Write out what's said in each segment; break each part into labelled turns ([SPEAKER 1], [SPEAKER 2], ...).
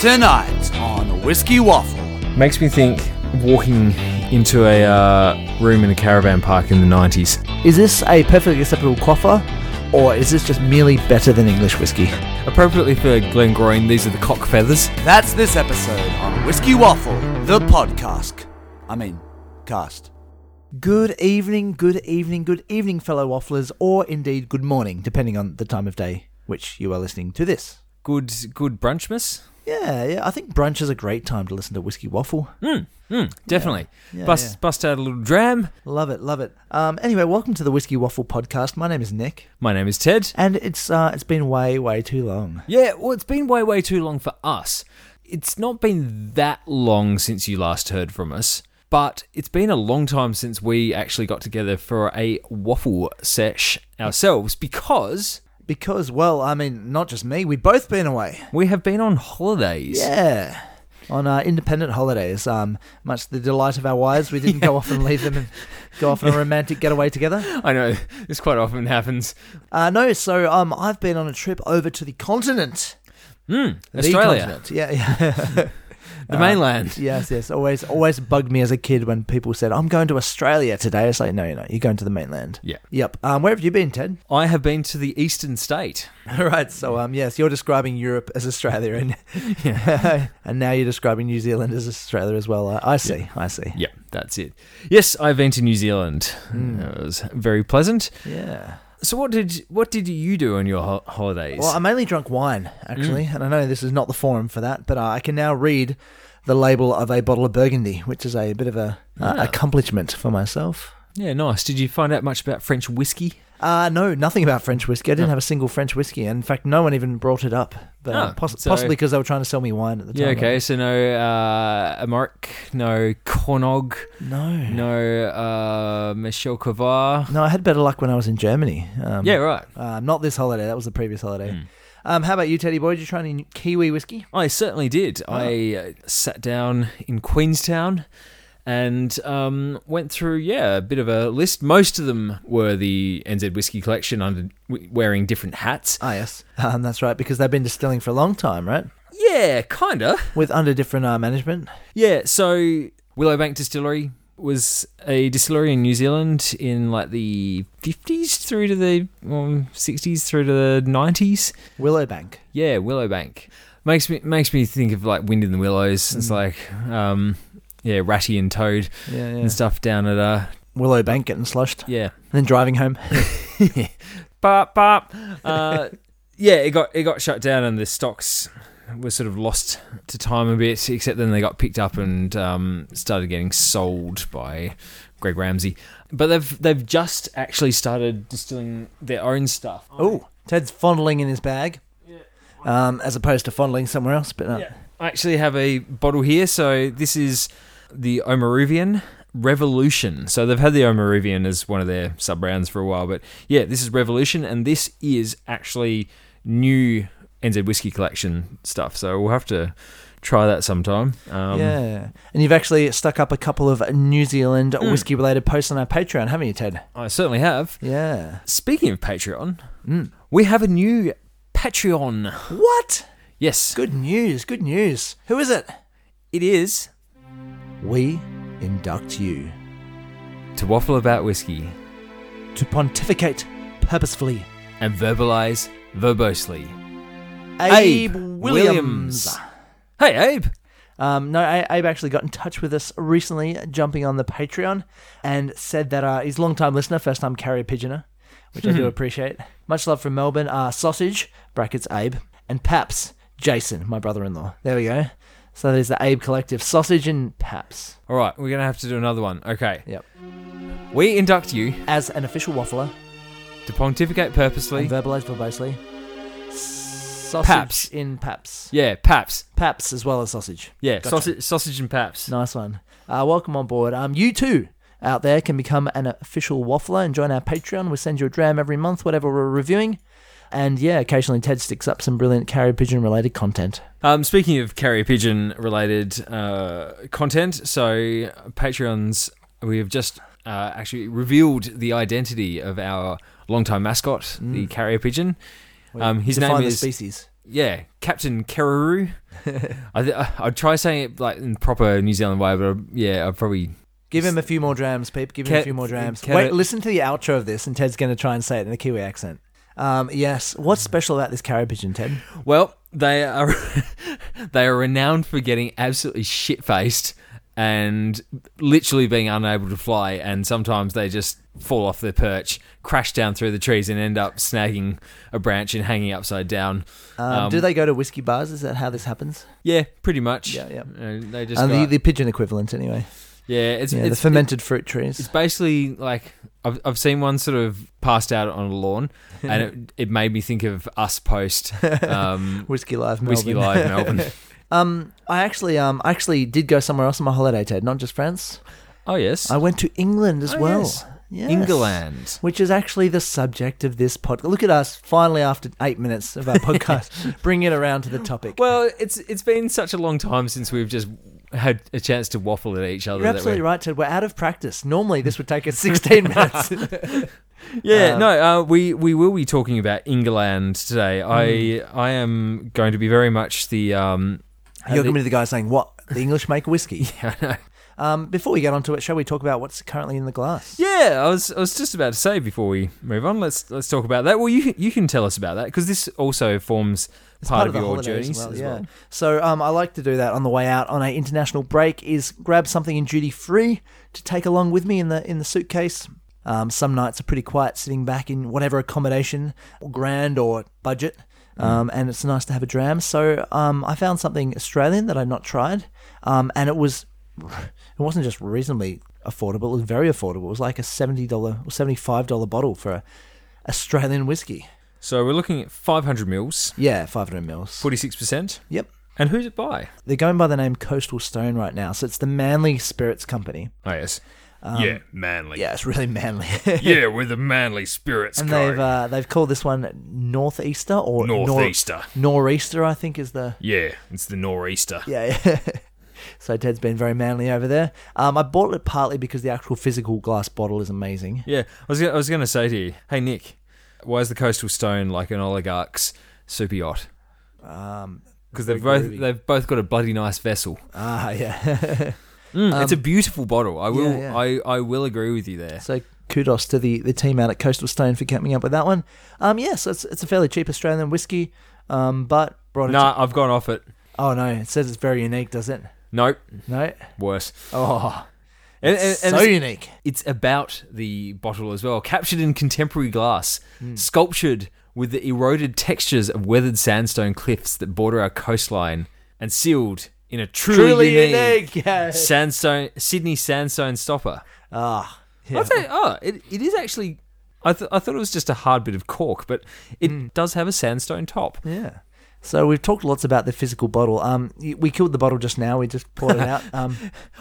[SPEAKER 1] Tonight on Whiskey Waffle.
[SPEAKER 2] Makes me think walking into a uh, room in a caravan park in the 90s.
[SPEAKER 3] Is this a perfectly acceptable quaffer, or is this just merely better than English whiskey?
[SPEAKER 2] Appropriately for Glengroyne, these are the cock feathers.
[SPEAKER 1] That's this episode on Whiskey Waffle, the podcast. I mean, cast.
[SPEAKER 3] Good evening, good evening, good evening, fellow wafflers, or indeed good morning, depending on the time of day which you are listening to this.
[SPEAKER 2] Good, good brunchmas.
[SPEAKER 3] Yeah, yeah, I think brunch is a great time to listen to Whiskey Waffle.
[SPEAKER 2] Mm, definitely.
[SPEAKER 3] Yeah,
[SPEAKER 2] bust,
[SPEAKER 3] yeah.
[SPEAKER 2] bust out a little dram.
[SPEAKER 3] Love it, love it. Um, anyway, welcome to the Whiskey Waffle podcast. My name is Nick,
[SPEAKER 2] My name is Ted.
[SPEAKER 3] and it's uh, it's been way, way too long.
[SPEAKER 2] Yeah, well, it's been way, way too long for us. It's not been that long since you last heard from us, but it's been a long time since we actually got together for a waffle sesh ourselves because
[SPEAKER 3] Because, well, I mean, not just me, we've both been away.
[SPEAKER 2] we have been on holidays.
[SPEAKER 3] Yeah. On uh, independent holidays, um, much to the delight of our wives, we didn't go off and leave them and go off on a romantic getaway together.
[SPEAKER 2] I know this quite often happens.
[SPEAKER 3] Uh, no, so um, I've been on a trip over to the continent.
[SPEAKER 2] Mm,
[SPEAKER 3] The
[SPEAKER 2] Australia,
[SPEAKER 3] continent. Yeah, yeah.
[SPEAKER 2] the mainland.
[SPEAKER 3] yes, yes. Always, always bugged me as a kid when people said, "I'm going to Australia today." It's like, no, you're not. You're going to the mainland.
[SPEAKER 2] Yeah.
[SPEAKER 3] Yep. Um, where have you been, Ted?
[SPEAKER 2] I have been to the eastern state.
[SPEAKER 3] All right. So, um, yes, you're describing Europe as Australia, and and now you're describing New Zealand as Australia as well. I, I see. I see.
[SPEAKER 2] Yeah, that's it. Hmm. Yes, I've been to New Zealand. It was very pleasant.
[SPEAKER 3] Yeah.
[SPEAKER 2] So what did what did you do on your ho- holidays?
[SPEAKER 3] Well, I mainly drunk wine, actually,
[SPEAKER 2] Mm.
[SPEAKER 3] and I know this is not the forum for that, but uh, I can now read the label of a bottle of Burgundy, which is a bit of a uh,
[SPEAKER 2] Ah.
[SPEAKER 3] accomplishment for myself.
[SPEAKER 2] yeah, nice. Did you find out much about French whiskey?
[SPEAKER 3] Uh, no, nothing about French whiskey.
[SPEAKER 2] Oh.
[SPEAKER 3] I didn't have a single French whiskey. In fact, no one even brought it up, but uh,
[SPEAKER 2] Oh,
[SPEAKER 3] poss-
[SPEAKER 2] so-
[SPEAKER 3] possibly because they were trying to sell me wine at the time.
[SPEAKER 2] Yeah, okay. So no uh, Amaric, no Cornog,
[SPEAKER 3] No. no.
[SPEAKER 2] no uh, Michel Cavard.
[SPEAKER 3] I had better luck when I was in Germany. Um,
[SPEAKER 2] Yeah, right.
[SPEAKER 3] uh, not this holiday. That was the previous holiday. Um, how about you, Teddy Boy? Did you try any Kiwi whiskey?
[SPEAKER 2] I certainly did. I uh, sat down in Queenstown and um, went through, yeah, a bit of a list. Most of them were the NZ Whiskey Collection under w- wearing different hats.
[SPEAKER 3] Ah, yes. Um, that's right, because they've been distilling for a long time, right?
[SPEAKER 2] Yeah, kinda.
[SPEAKER 3] With under different uh, management.
[SPEAKER 2] Yeah, so Willowbank Distillery was a distillery in New Zealand in like the 50s through to the um, 60s through to the 90s.
[SPEAKER 3] Willowbank.
[SPEAKER 2] Yeah, Willowbank makes me makes me think of like Wind in the Willows. It's like um, yeah, Ratty and Toad
[SPEAKER 3] Yeah, yeah.
[SPEAKER 2] and stuff down at uh
[SPEAKER 3] Willowbank getting sloshed.
[SPEAKER 2] yeah.
[SPEAKER 3] And then driving home.
[SPEAKER 2] Bop bop. Uh, yeah, it got it got shut down and the stocks were sort of lost to time a bit. Except then they got picked up and um, started getting sold by Greg Ramsey. But they've they've just actually started distilling their own stuff.
[SPEAKER 3] oh, Ted's fondling in his bag. Um, as opposed to fondling somewhere else, but uh,
[SPEAKER 2] Yeah. I actually have a bottle here. So this is the Omaruvian Revolution. So they've had the Omaruvian as one of their sub brands for a while, but yeah, this is Revolution, and this is actually new NZ whiskey collection stuff. So we'll have to try that sometime. Um,
[SPEAKER 3] yeah. And you've actually stuck up a couple of New Zealand whiskey related posts on our Patreon, haven't you, Ted?
[SPEAKER 2] I certainly have.
[SPEAKER 3] Yeah.
[SPEAKER 2] Speaking of Patreon, we have a new Patreon.
[SPEAKER 3] What?
[SPEAKER 2] Yes,
[SPEAKER 3] Good news, good news. Who is it?
[SPEAKER 2] it is
[SPEAKER 3] We induct you
[SPEAKER 2] to waffle about whiskey
[SPEAKER 3] to pontificate purposefully.
[SPEAKER 2] and verbalize verbosely.
[SPEAKER 3] Abe, Williams.
[SPEAKER 2] Hey, Abe.
[SPEAKER 3] Um, no, A- Abe actually got in touch with us recently, jumping on the Patreon, and said that uh, he's a long time listener, first time carrier pigeoner, which I do appreciate. Much love from Melbourne. Uh, Sausage, brackets Abe, and Paps, Jason, my brother in law. There we go. So there's the Abe Collective, Sausage and Paps.
[SPEAKER 2] All right, we're gonna have to do another one. Okay,
[SPEAKER 3] Yep.
[SPEAKER 2] we induct you
[SPEAKER 3] As an official waffler,
[SPEAKER 2] to pontificate purposely.
[SPEAKER 3] and uh, verbalized verbosely. Sausage
[SPEAKER 2] Paps.
[SPEAKER 3] in Paps.
[SPEAKER 2] yeah, paps.
[SPEAKER 3] Paps as well as sausage.
[SPEAKER 2] Yeah,
[SPEAKER 3] Gotcha.
[SPEAKER 2] sausage, sausage and paps.
[SPEAKER 3] Nice one. Uh, welcome on board. Um, you too out there can become an official waffler and join our Patreon. We send you a dram every month, whatever we're reviewing. And yeah, occasionally Ted sticks up some brilliant carrier pigeon related content.
[SPEAKER 2] Um, speaking of carrier pigeon related uh, content, so Patreons, we have just uh, actually revealed the
[SPEAKER 3] Mm.
[SPEAKER 2] identity of our longtime mascot, the carrier pigeon. Um, his
[SPEAKER 3] Define
[SPEAKER 2] name
[SPEAKER 3] the
[SPEAKER 2] is
[SPEAKER 3] species.
[SPEAKER 2] yeah, Captain Kereru. I th- I- I'd try saying it like in proper New Zealand way, but I'd- yeah, I'd probably
[SPEAKER 3] Give him a few more drams, Peep. Give him a
[SPEAKER 2] Cat-
[SPEAKER 3] few more drams.
[SPEAKER 2] cat-
[SPEAKER 3] Wait, listen to the outro of this, and Ted's going to try and say it in a Kiwi accent. Um, yes. What's special about this carrier pigeon, Ted?
[SPEAKER 2] Well, they are they are renowned for getting absolutely shit faced and literally being unable to fly, and sometimes they just fall off their perch, crash down through the trees, and end up snagging a branch and hanging upside down.
[SPEAKER 3] Um,
[SPEAKER 2] Um,
[SPEAKER 3] do they go to whiskey bars? Is that how this happens?
[SPEAKER 2] Yeah, pretty much.
[SPEAKER 3] Yeah, yeah.
[SPEAKER 2] And they just
[SPEAKER 3] Uh, the,
[SPEAKER 2] got-
[SPEAKER 3] the pigeon equivalent, anyway.
[SPEAKER 2] yeah, it's
[SPEAKER 3] Yeah, the
[SPEAKER 2] it's,
[SPEAKER 3] fermented fruit
[SPEAKER 2] it's
[SPEAKER 3] trees.
[SPEAKER 2] basically like. I've, I've seen one sort of passed out on a lawn, and it, it made me think of us post um,
[SPEAKER 3] Whiskey Live Melbourne.
[SPEAKER 2] Whiskey Live Melbourne.
[SPEAKER 3] Um, I actually, um, I actually did go somewhere else on my holiday, Ted, not just France.
[SPEAKER 2] Oh, yes.
[SPEAKER 3] I went to England as
[SPEAKER 2] Oh,
[SPEAKER 3] well.
[SPEAKER 2] yes.
[SPEAKER 3] Yes.
[SPEAKER 2] England.
[SPEAKER 3] Which is actually the subject of this podcast. Look at us, finally, after eight minutes of our podcast, bring it around to the topic.
[SPEAKER 2] Well, it's it's been such a long time since we've just had a chance to waffle at each other.
[SPEAKER 3] You're
[SPEAKER 2] that
[SPEAKER 3] absolutely
[SPEAKER 2] way.
[SPEAKER 3] right, Ted. We're out of practice. Normally, this would take us 16 minutes.
[SPEAKER 2] Yeah,
[SPEAKER 3] Um,
[SPEAKER 2] no, uh, we we will be talking about England today.
[SPEAKER 3] Hmm.
[SPEAKER 2] I I am going to be very much the um.
[SPEAKER 3] You're going to
[SPEAKER 2] the-
[SPEAKER 3] be the guy saying, What? The English make whiskey.
[SPEAKER 2] yeah, I know.
[SPEAKER 3] Um, before we get onto it, shall we talk about what's currently in the glass?
[SPEAKER 2] Yeah, I was I was just about to say before we move on. Let's let's talk about that. Well, you you can tell us about that because this also forms part, of,
[SPEAKER 3] the
[SPEAKER 2] your
[SPEAKER 3] holidays
[SPEAKER 2] journeys as well.
[SPEAKER 3] So um, I like to do that on the way out on a international break. Is grab something in duty free to take along with me in the in the suitcase. Um, some nights are pretty quiet, sitting back in whatever accommodation, or grand or budget,
[SPEAKER 2] Mm.
[SPEAKER 3] um, and it's nice to have a dram. So um, I found something Australian that I'd not tried, um, and it was it wasn't just reasonably affordable; it was very affordable. It was like a seventy dollar or seventy five dollar bottle for a Australian whiskey.
[SPEAKER 2] So we're looking at 500 mils,
[SPEAKER 3] Yeah, five hundred mils.
[SPEAKER 2] 46 percent.
[SPEAKER 3] Yep.
[SPEAKER 2] And who's it by?
[SPEAKER 3] They're going by the name Coastal Stone right now, so it's the Manly Spirits Company.
[SPEAKER 2] Oh yes,
[SPEAKER 4] yeah, manly.
[SPEAKER 3] Um, Yeah, it's really manly.
[SPEAKER 4] yeah, we're the manly spirits.
[SPEAKER 3] and
[SPEAKER 4] kind.
[SPEAKER 3] they've uh, they've called this one Northeaster or Nor-
[SPEAKER 4] Northeaster.
[SPEAKER 3] Nor'easter, I think, is the
[SPEAKER 4] yeah, it's the nor'easter.
[SPEAKER 3] yeah. yeah. so Ted's been very manly over there. Um, I bought it partly because the actual physical glass bottle is amazing.
[SPEAKER 2] Yeah, I was gonna, I was going to say to you, hey Nick, why is the coastal stone like an oligarch's super yacht? Because they've
[SPEAKER 3] Um, very
[SPEAKER 2] both
[SPEAKER 3] groovy.
[SPEAKER 2] they've both got a bloody nice vessel.
[SPEAKER 3] Ah, yeah.
[SPEAKER 2] Mm, it's a beautiful bottle. I will
[SPEAKER 3] Um, yeah.
[SPEAKER 2] I, I will agree with you there.
[SPEAKER 3] so kudos to the the team out at Coastal Stone for coming up with that one. Um, yes, yeah, so it's it's a fairly cheap Australian whiskey. Um, but brought it.
[SPEAKER 2] Nah, I've gone off it.
[SPEAKER 3] to- oh no, it says it's very unique, does it?
[SPEAKER 2] Nope,
[SPEAKER 3] No.
[SPEAKER 2] worse.
[SPEAKER 3] Oh.
[SPEAKER 2] And, and, and
[SPEAKER 3] so
[SPEAKER 2] it's,
[SPEAKER 3] unique.
[SPEAKER 2] it's about the bottle as well, captured in contemporary glass,
[SPEAKER 3] Hmm.
[SPEAKER 2] sculptured with the eroded textures of weathered sandstone cliffs that border our coastline, and sealed in a truly, unique
[SPEAKER 3] Yes.
[SPEAKER 2] sandstone Sydney sandstone stopper.
[SPEAKER 3] Ah,
[SPEAKER 2] I'd say, oh, it, it is actually. I, th- I thought it was just a hard bit of cork, but it does have a sandstone top.
[SPEAKER 3] yeah. So we've talked lots about the physical bottle. Um, y- we killed the bottle just now. We just poured it out. Um,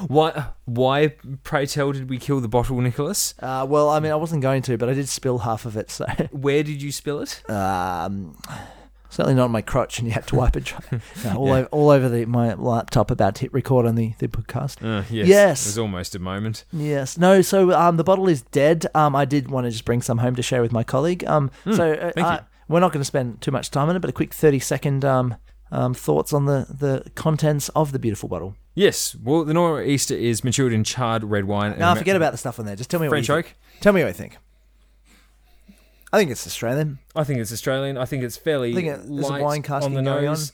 [SPEAKER 2] Why, why, pray tell, did we kill the bottle, Nicholas?
[SPEAKER 3] uh, well, I mean, I wasn't going to, but I did spill half of it. So
[SPEAKER 2] Where did you spill it?
[SPEAKER 3] um, certainly not on my crotch, and you had to wipe it dry. No, all, over, all over the, my laptop. About to hit record on the the podcast.
[SPEAKER 2] Uh, yes,
[SPEAKER 3] Yes.
[SPEAKER 2] It was almost a moment.
[SPEAKER 3] Yes. No. So um, the bottle is dead. Um, I did want to just bring some home to share with my colleague. Um, so uh,
[SPEAKER 2] Hmm. thank
[SPEAKER 3] uh,
[SPEAKER 2] you.
[SPEAKER 3] we're not going to spend too much time on it, but a quick thirty second um, um, thoughts on the the contents of the beautiful bottle.
[SPEAKER 2] Yes, well, the nor'easter is matured in charred red wine. and
[SPEAKER 3] No,
[SPEAKER 2] ma-
[SPEAKER 3] forget about the stuff on there. Just tell me
[SPEAKER 2] French
[SPEAKER 3] what you
[SPEAKER 2] oak.
[SPEAKER 3] Think. Tell me what you think. I think it's Australian.
[SPEAKER 2] I think it's Australian. I think it's fairly
[SPEAKER 3] I think it- there's a
[SPEAKER 2] light
[SPEAKER 3] wine casting
[SPEAKER 2] on the
[SPEAKER 3] going on.
[SPEAKER 2] nose,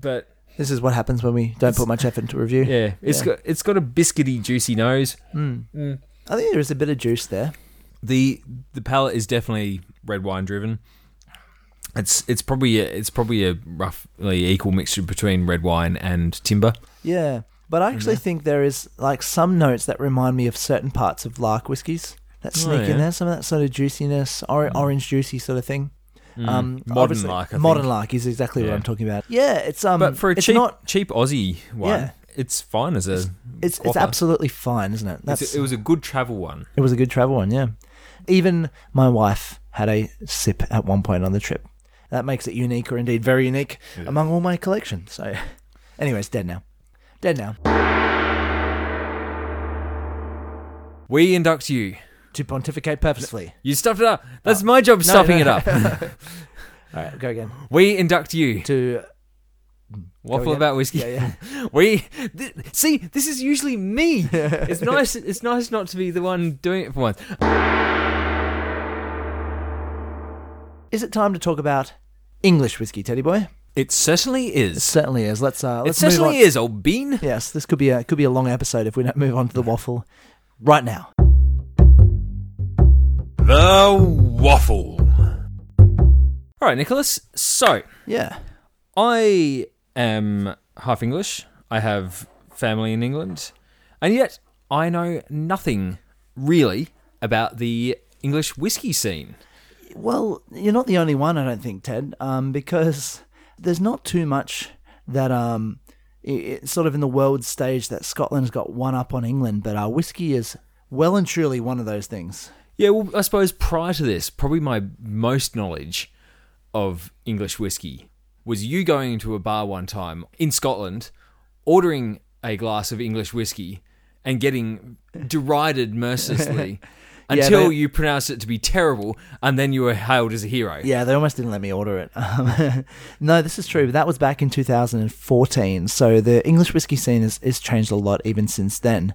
[SPEAKER 2] but
[SPEAKER 3] This is what happens when we don't put much effort into review.
[SPEAKER 2] yeah, Hmm. it's
[SPEAKER 3] Yeah.
[SPEAKER 2] got it's got a biscuity, juicy nose.
[SPEAKER 3] I think there is a bit of juice there.
[SPEAKER 2] the the palate is definitely red wine driven. It's it's probably a, it's probably a roughly equal mixture between red wine and timber.
[SPEAKER 3] Yeah. But I actually think there is like some notes that remind me of certain parts of Lark whiskies that sneak
[SPEAKER 2] Oh, yeah. Mm.
[SPEAKER 3] in there, some of that sort of juiciness, or- orange juicy sort of thing. Um,
[SPEAKER 2] Modern
[SPEAKER 3] obviously-
[SPEAKER 2] Lark, I think.
[SPEAKER 3] modern Lark is exactly what
[SPEAKER 2] Yeah.
[SPEAKER 3] I'm talking about. Yeah, it's um,
[SPEAKER 2] But for a
[SPEAKER 3] it's
[SPEAKER 2] cheap
[SPEAKER 3] not,
[SPEAKER 2] cheap Aussie wine,
[SPEAKER 3] Yeah.
[SPEAKER 2] it's fine as a
[SPEAKER 3] it's it's
[SPEAKER 2] quaffer.
[SPEAKER 3] absolutely fine, isn't it?
[SPEAKER 2] It's a- it was a good travel one.
[SPEAKER 3] It was a good travel one, yeah. Even my wife had a sip at one point on the trip. That makes it unique, or indeed very unique, among all my collection. So, anyways, dead now. Dead now.
[SPEAKER 2] We induct you.
[SPEAKER 3] To pontificate purposefully. Oh.
[SPEAKER 2] You stuffed it up. That's my job stuffing it up.
[SPEAKER 3] All right, go again.
[SPEAKER 2] We induct you.
[SPEAKER 3] To
[SPEAKER 2] Waffle
[SPEAKER 3] again.
[SPEAKER 2] about whiskey.
[SPEAKER 3] yeah, yeah.
[SPEAKER 2] We th- see. This is usually me. it's nice. It's nice not to be the one doing it for once.
[SPEAKER 3] Is it time to talk about English whiskey, Teddy boy?
[SPEAKER 2] It certainly
[SPEAKER 3] It
[SPEAKER 2] is.
[SPEAKER 3] certainly is. Let's uh,
[SPEAKER 2] It
[SPEAKER 3] let's move on.
[SPEAKER 2] certainly is. Old bean.
[SPEAKER 3] Yes, this could be a could be a long episode if we don't move on to the waffle right now.
[SPEAKER 4] The waffle.
[SPEAKER 2] All right, Nicholas. So
[SPEAKER 3] Yeah.
[SPEAKER 2] I am half English. I have family in England, and yet I know nothing really about the English whiskey scene.
[SPEAKER 3] Well, you're not the only one, I don't think, Ted, um, because there's not too much that um, i i- sort of in the world stage that Scotland's got one up on England, but our whiskey is well and truly one of those things.
[SPEAKER 2] Yeah, well, I suppose prior to this, probably my most knowledge of English whiskey was you going into a bar one time in Scotland, ordering a glass of English whiskey, and getting derided mercilessly until
[SPEAKER 3] they-
[SPEAKER 2] you pronounced it to be terrible, and then you were hailed as a hero.
[SPEAKER 3] Yeah, they almost didn't let me order it. Um, no, this is true, but that was back in 2014. So the English whiskey scene has, has changed a lot even since then.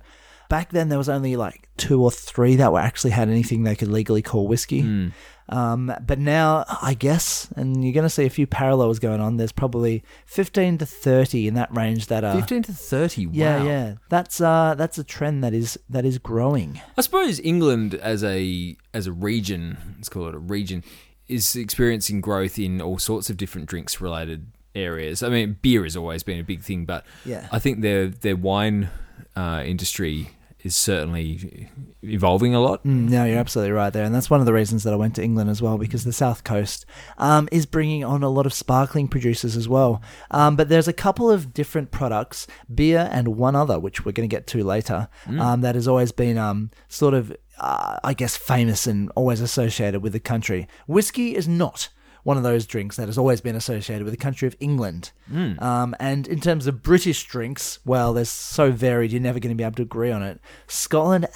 [SPEAKER 3] Back then, there was only like two or three that were actually had anything they could legally call whiskey. Um, but now, I guess, and you're going to see a few parallels going on. There's probably 15 to 30 in that range that are.
[SPEAKER 2] Fifteen to thirty. Wow.
[SPEAKER 3] Yeah, yeah, that's uh, that's a trend that is that is growing.
[SPEAKER 2] I suppose England as a as a region, let's call it a region, is experiencing growth in all sorts of different drinks related areas. I mean, beer has always been a big thing, but
[SPEAKER 3] Yeah.
[SPEAKER 2] I think their their wine uh, industry is certainly evolving a lot.
[SPEAKER 3] Mm, No, you're absolutely right there, and that's one of the reasons that I went to England as well because the South Coast um, is bringing on a lot of sparkling producers as well. Um, but there's a couple of different products, beer and one other, which we're going to get to later, um, that has always been um, sort of, uh, I guess, famous and always associated with the country. Whiskey is not one of those drinks that has always been associated with the country of England.
[SPEAKER 2] Hmm.
[SPEAKER 3] Um, and in terms of British drinks, well, they're so varied, you're never going to be able to agree on it. Scotland,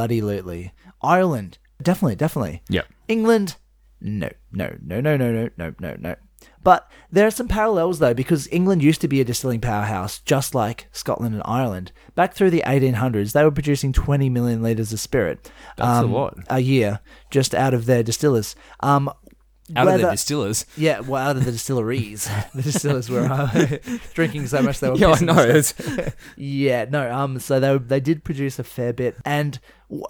[SPEAKER 3] absolutely. Ireland, definitely, definitely.
[SPEAKER 2] Yep.
[SPEAKER 3] England, no, no, no, no, no, no, no, no, no. But there are some parallels though, because England used to be a distilling powerhouse, just like Scotland and Ireland. Back through the 1800s, they were producing 20 million litres of spirit um,
[SPEAKER 2] That's a lot.
[SPEAKER 3] a year just out of their distillers. Um,
[SPEAKER 2] Out of
[SPEAKER 3] whether-
[SPEAKER 2] the distillers.
[SPEAKER 3] yeah, well, out of the distilleries, the distillers were uh, drinking so much they were.
[SPEAKER 2] Yeah, I
[SPEAKER 3] pissing
[SPEAKER 2] know.
[SPEAKER 3] themselves.
[SPEAKER 2] It's,
[SPEAKER 3] Yeah, no. Um, so they they did produce a fair bit, and w-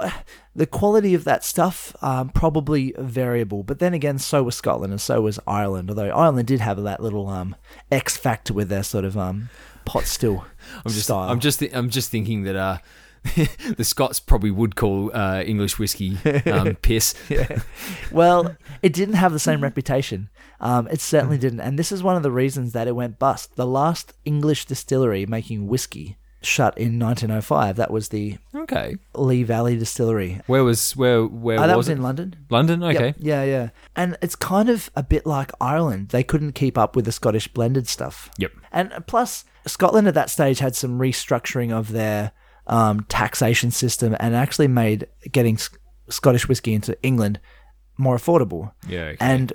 [SPEAKER 3] the quality of that stuff um, probably variable. But then again, so was Scotland and so was Ireland. Although Ireland did have that little um X factor with their sort of um pot still
[SPEAKER 2] I'm just
[SPEAKER 3] style.
[SPEAKER 2] I'm just thi- I'm just thinking that uh, the Scots probably would call uh, English whiskey um, piss.
[SPEAKER 3] well, it didn't have the
[SPEAKER 2] Hmm.
[SPEAKER 3] same reputation. Um, it certainly didn't. And this is one of the reasons that it went bust. The last English distillery making whiskey shut in 1905. That was the
[SPEAKER 2] Okay,
[SPEAKER 3] Lee Valley Distillery.
[SPEAKER 2] where was where where
[SPEAKER 3] Oh, that
[SPEAKER 2] was
[SPEAKER 3] was
[SPEAKER 2] it?
[SPEAKER 3] in London.
[SPEAKER 2] London.
[SPEAKER 3] Yep.
[SPEAKER 2] Okay.
[SPEAKER 3] Yeah, yeah. And it's kind of a bit like Ireland. They couldn't keep up with the Scottish blended stuff.
[SPEAKER 2] Yep.
[SPEAKER 3] And plus, Scotland at that stage had some restructuring of their um, taxation system and actually made getting sc- Scottish whiskey into England more affordable.
[SPEAKER 2] Yeah, okay.
[SPEAKER 3] And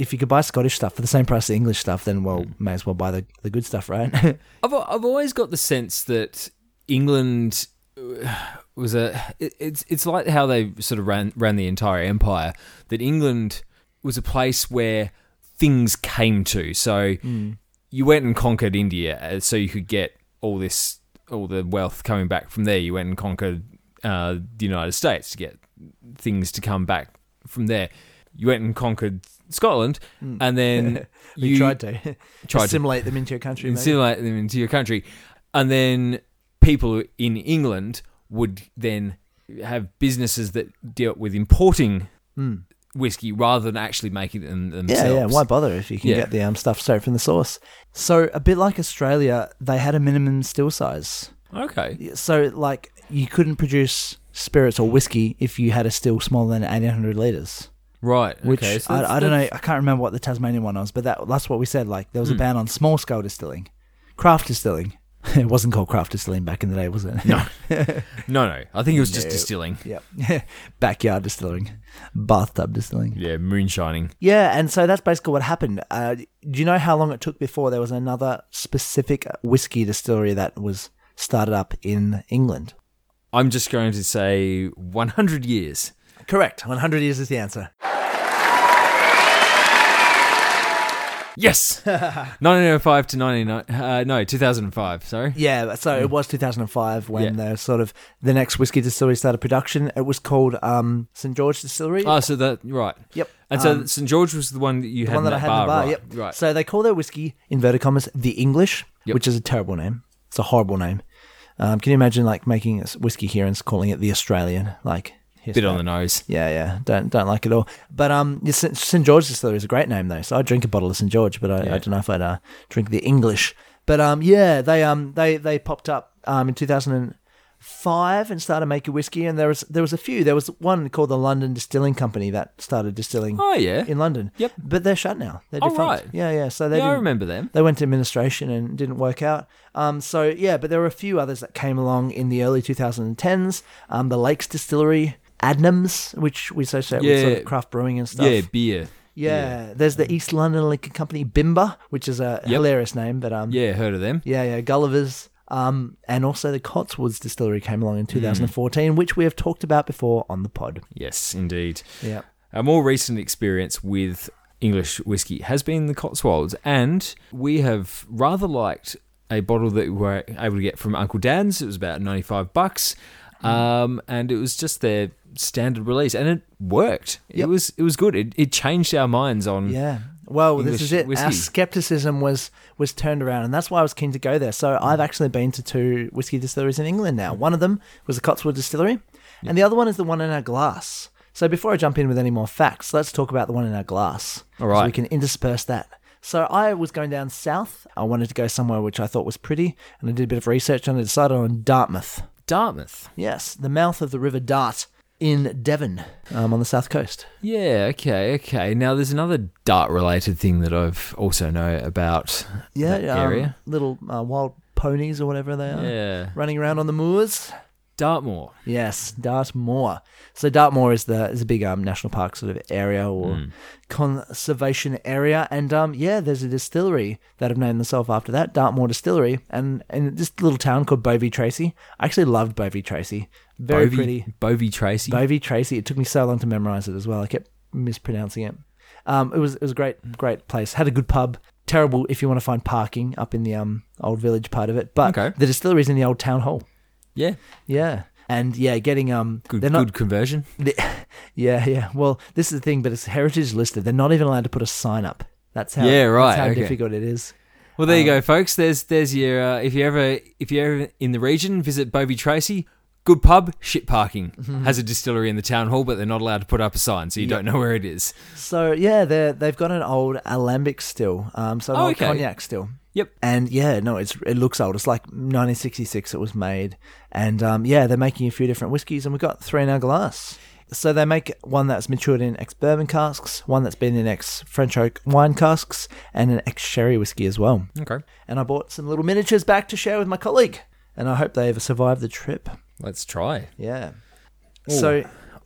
[SPEAKER 3] if you could buy Scottish stuff for the same price as English stuff, then well,
[SPEAKER 2] Hmm.
[SPEAKER 3] may as well buy the, the good stuff, right?
[SPEAKER 2] I've I've always got the sense that England uh, was a it- it's it's like how they sort of ran ran the entire empire that England was a place where things came to so you went and conquered India uh, so you could get all this all the wealth coming back from there you went and conquered uh, the United States to get things to come back from there you went and conquered Scotland and then
[SPEAKER 3] you,
[SPEAKER 2] you
[SPEAKER 3] tried to
[SPEAKER 2] tried to-
[SPEAKER 3] assimilate them into your country. maybe.
[SPEAKER 2] assimilate them into your country, and then people in England would then have businesses that dealt with importing whiskey rather than actually making them
[SPEAKER 3] Hmm. Yeah,
[SPEAKER 2] themselves.
[SPEAKER 3] yeah. Why bother if you can
[SPEAKER 2] Yeah.
[SPEAKER 3] get the um, stuff straight from the source? So a bit like Australia, they had a minimum still size.
[SPEAKER 2] Okay.
[SPEAKER 3] So like you couldn't produce spirits or whiskey if you had a still smaller than 1800 liters.
[SPEAKER 2] Right.
[SPEAKER 3] Which
[SPEAKER 2] okay. so that's- Hmm.
[SPEAKER 3] I, I don't know. I can't remember what the Tasmanian one was, but that that's what we said. Like there was a ban on small scale distilling, craft distilling. it wasn't called craft distilling back in the day, was it?
[SPEAKER 2] No. No, no. I think it was just
[SPEAKER 3] No.
[SPEAKER 2] distilling.
[SPEAKER 3] yep. Backyard distilling, bathtub distilling.
[SPEAKER 2] Yeah, moonshining.
[SPEAKER 3] Yeah, and so that's basically what happened. Uh, do you know how long it took before there was another specific whiskey distillery that was started up in England?
[SPEAKER 2] I'm just going to say 100 years.
[SPEAKER 3] Correct. 100 years is the answer.
[SPEAKER 2] Yes. 1905 to 1999. Uh, no, 2005. Sorry.
[SPEAKER 3] Yeah, so it was 2005 when
[SPEAKER 2] Hmm. Yeah.
[SPEAKER 3] the sort of the next whiskey distillery started production. It was called um, St George Distillery.
[SPEAKER 2] Oh, so that right.
[SPEAKER 3] Yep.
[SPEAKER 2] And so
[SPEAKER 3] Um,
[SPEAKER 2] St George was the one that you
[SPEAKER 3] the
[SPEAKER 2] had
[SPEAKER 3] one
[SPEAKER 2] in
[SPEAKER 3] that I had in the bar.
[SPEAKER 2] right?
[SPEAKER 3] Yep.
[SPEAKER 2] Right.
[SPEAKER 3] So they call their whiskey inverted commas the English,
[SPEAKER 2] Yep.
[SPEAKER 3] which is a terrible name. It's a horrible name. Um, can you imagine like making this whiskey here and calling it the Australian? Like here's
[SPEAKER 2] Bit
[SPEAKER 3] that.
[SPEAKER 2] on the nose.
[SPEAKER 3] Yeah, yeah. Don't don't like it all. But um, yeah, St. St George's Distillery is a great name though. So I drink a bottle of St George, but I, I
[SPEAKER 2] Yeah.
[SPEAKER 3] don't know if I'd uh, drink the English. But um, yeah, they um they they popped up um in 2005 and started making whiskey. And there was there was a few. There was one called the London Distilling Company that started distilling
[SPEAKER 2] Oh yeah.
[SPEAKER 3] in London.
[SPEAKER 2] Yep.
[SPEAKER 3] But they're shut now. They're
[SPEAKER 2] Oh,
[SPEAKER 3] defunct.
[SPEAKER 2] right.
[SPEAKER 3] Yeah, yeah. So they
[SPEAKER 2] yeah, I
[SPEAKER 3] didn't,
[SPEAKER 2] remember them.
[SPEAKER 3] they went to administration and didn't work out. Um, so yeah, but there were a few others that came along in the early 2010s. Um, the Lakes Distillery, Adnams, which we associate with sort
[SPEAKER 2] Yeah.
[SPEAKER 3] of craft brewing and stuff.
[SPEAKER 2] Yeah, beer.
[SPEAKER 3] Yeah. There's the East London Liquor Company, Bimba, which is a
[SPEAKER 2] Yep.
[SPEAKER 3] hilarious name, but um,
[SPEAKER 2] Yeah, heard of them.
[SPEAKER 3] yeah, yeah, Gulliver's. Um, and also the Cotswolds Distillery came along in
[SPEAKER 2] Mm.
[SPEAKER 3] 2014, which we have talked about before on the pod.
[SPEAKER 2] Yes, indeed.
[SPEAKER 3] Yeah.
[SPEAKER 2] Our more recent experience with English whiskey has been the Cotswolds, and we have rather liked a bottle that we were able to get from Uncle Dan's. It was about ninety-five bucks, um, and it was just their standard release, and it worked. It
[SPEAKER 3] Yep.
[SPEAKER 2] was it was good. It, it changed our minds on.
[SPEAKER 3] Yeah. Well,
[SPEAKER 2] Hmm. English
[SPEAKER 3] this is it. Our
[SPEAKER 2] whiskey.
[SPEAKER 3] skepticism was was turned around, and that's why I was keen to go there. So
[SPEAKER 2] Hmm.
[SPEAKER 3] I've actually been to two whiskey distilleries in England now. One of them was the Cotswold Distillery, and the other one is the one in our glass. So before I jump in with any more facts, let's talk about the one in our glass.
[SPEAKER 2] All right.
[SPEAKER 3] So we can intersperse that. So I was going down south. I wanted to go somewhere which I thought was pretty, and I did a bit of research and I decided on Dartmouth.
[SPEAKER 2] Dartmouth.
[SPEAKER 3] Yes, the mouth of the River Dart in Devon, um, on the south coast.
[SPEAKER 2] Yeah, okay, okay. Now there's another dart related thing that I've also know about.
[SPEAKER 3] yeah,
[SPEAKER 2] that
[SPEAKER 3] um,
[SPEAKER 2] area.
[SPEAKER 3] Little uh, wild ponies or whatever they are.
[SPEAKER 2] Yeah.
[SPEAKER 3] Running around on the moors.
[SPEAKER 2] Dartmoor.
[SPEAKER 3] Yes, Dartmoor. So Dartmoor is the is a big um, national park sort of area or
[SPEAKER 2] Hmm.
[SPEAKER 3] conservation area, and um, yeah, there's a distillery that have named themselves after that, Dartmoor Distillery, and and this little town called Bovey Tracy. I actually loved Bovey Tracy. Very
[SPEAKER 2] Bovey,
[SPEAKER 3] pretty.
[SPEAKER 2] Bovey Tracy.
[SPEAKER 3] Bovey Tracy. It took me so long to memorize it as well. I kept mispronouncing it. Um, it was it was a great great place. Had a good pub. Terrible if you want to find parking up in the um old village part of it. But
[SPEAKER 2] Okay.
[SPEAKER 3] the distillery's in the old town hall.
[SPEAKER 2] yeah.
[SPEAKER 3] Yeah. And yeah, getting um
[SPEAKER 2] Good
[SPEAKER 3] they're not
[SPEAKER 2] good conversion.
[SPEAKER 3] yeah, yeah. Well, this is the thing, but it's heritage listed. They're not even allowed to put a sign up. That's how
[SPEAKER 2] Yeah, right,
[SPEAKER 3] that's how
[SPEAKER 2] okay.
[SPEAKER 3] difficult it is.
[SPEAKER 2] Well, there you
[SPEAKER 3] Uh,
[SPEAKER 2] go, folks. There's there's your uh, if you ever if you're ever in the region, visit Bovey Tracy. Good pub, shit parking.
[SPEAKER 3] Mm-hmm.
[SPEAKER 2] Has a distillery in the town hall, but they're not allowed to put up a sign, so you don't know where it is.
[SPEAKER 3] So yeah, they they've got an old alembic still. Um so an
[SPEAKER 2] Oh,
[SPEAKER 3] old
[SPEAKER 2] okay.
[SPEAKER 3] cognac still.
[SPEAKER 2] Yep.
[SPEAKER 3] And yeah, no, it's it looks old. It's like 1966 it was made, and um, yeah, they're making a few different whiskies, and we've got three in our glass. So they make one that's matured in ex bourbon casks, one that's been in ex French oak wine casks, and an ex sherry whiskey as well.
[SPEAKER 2] Okay.
[SPEAKER 3] And I bought some little miniatures back to share with my colleague, and I hope they ever survive the trip.
[SPEAKER 2] Let's try.
[SPEAKER 3] Yeah. So,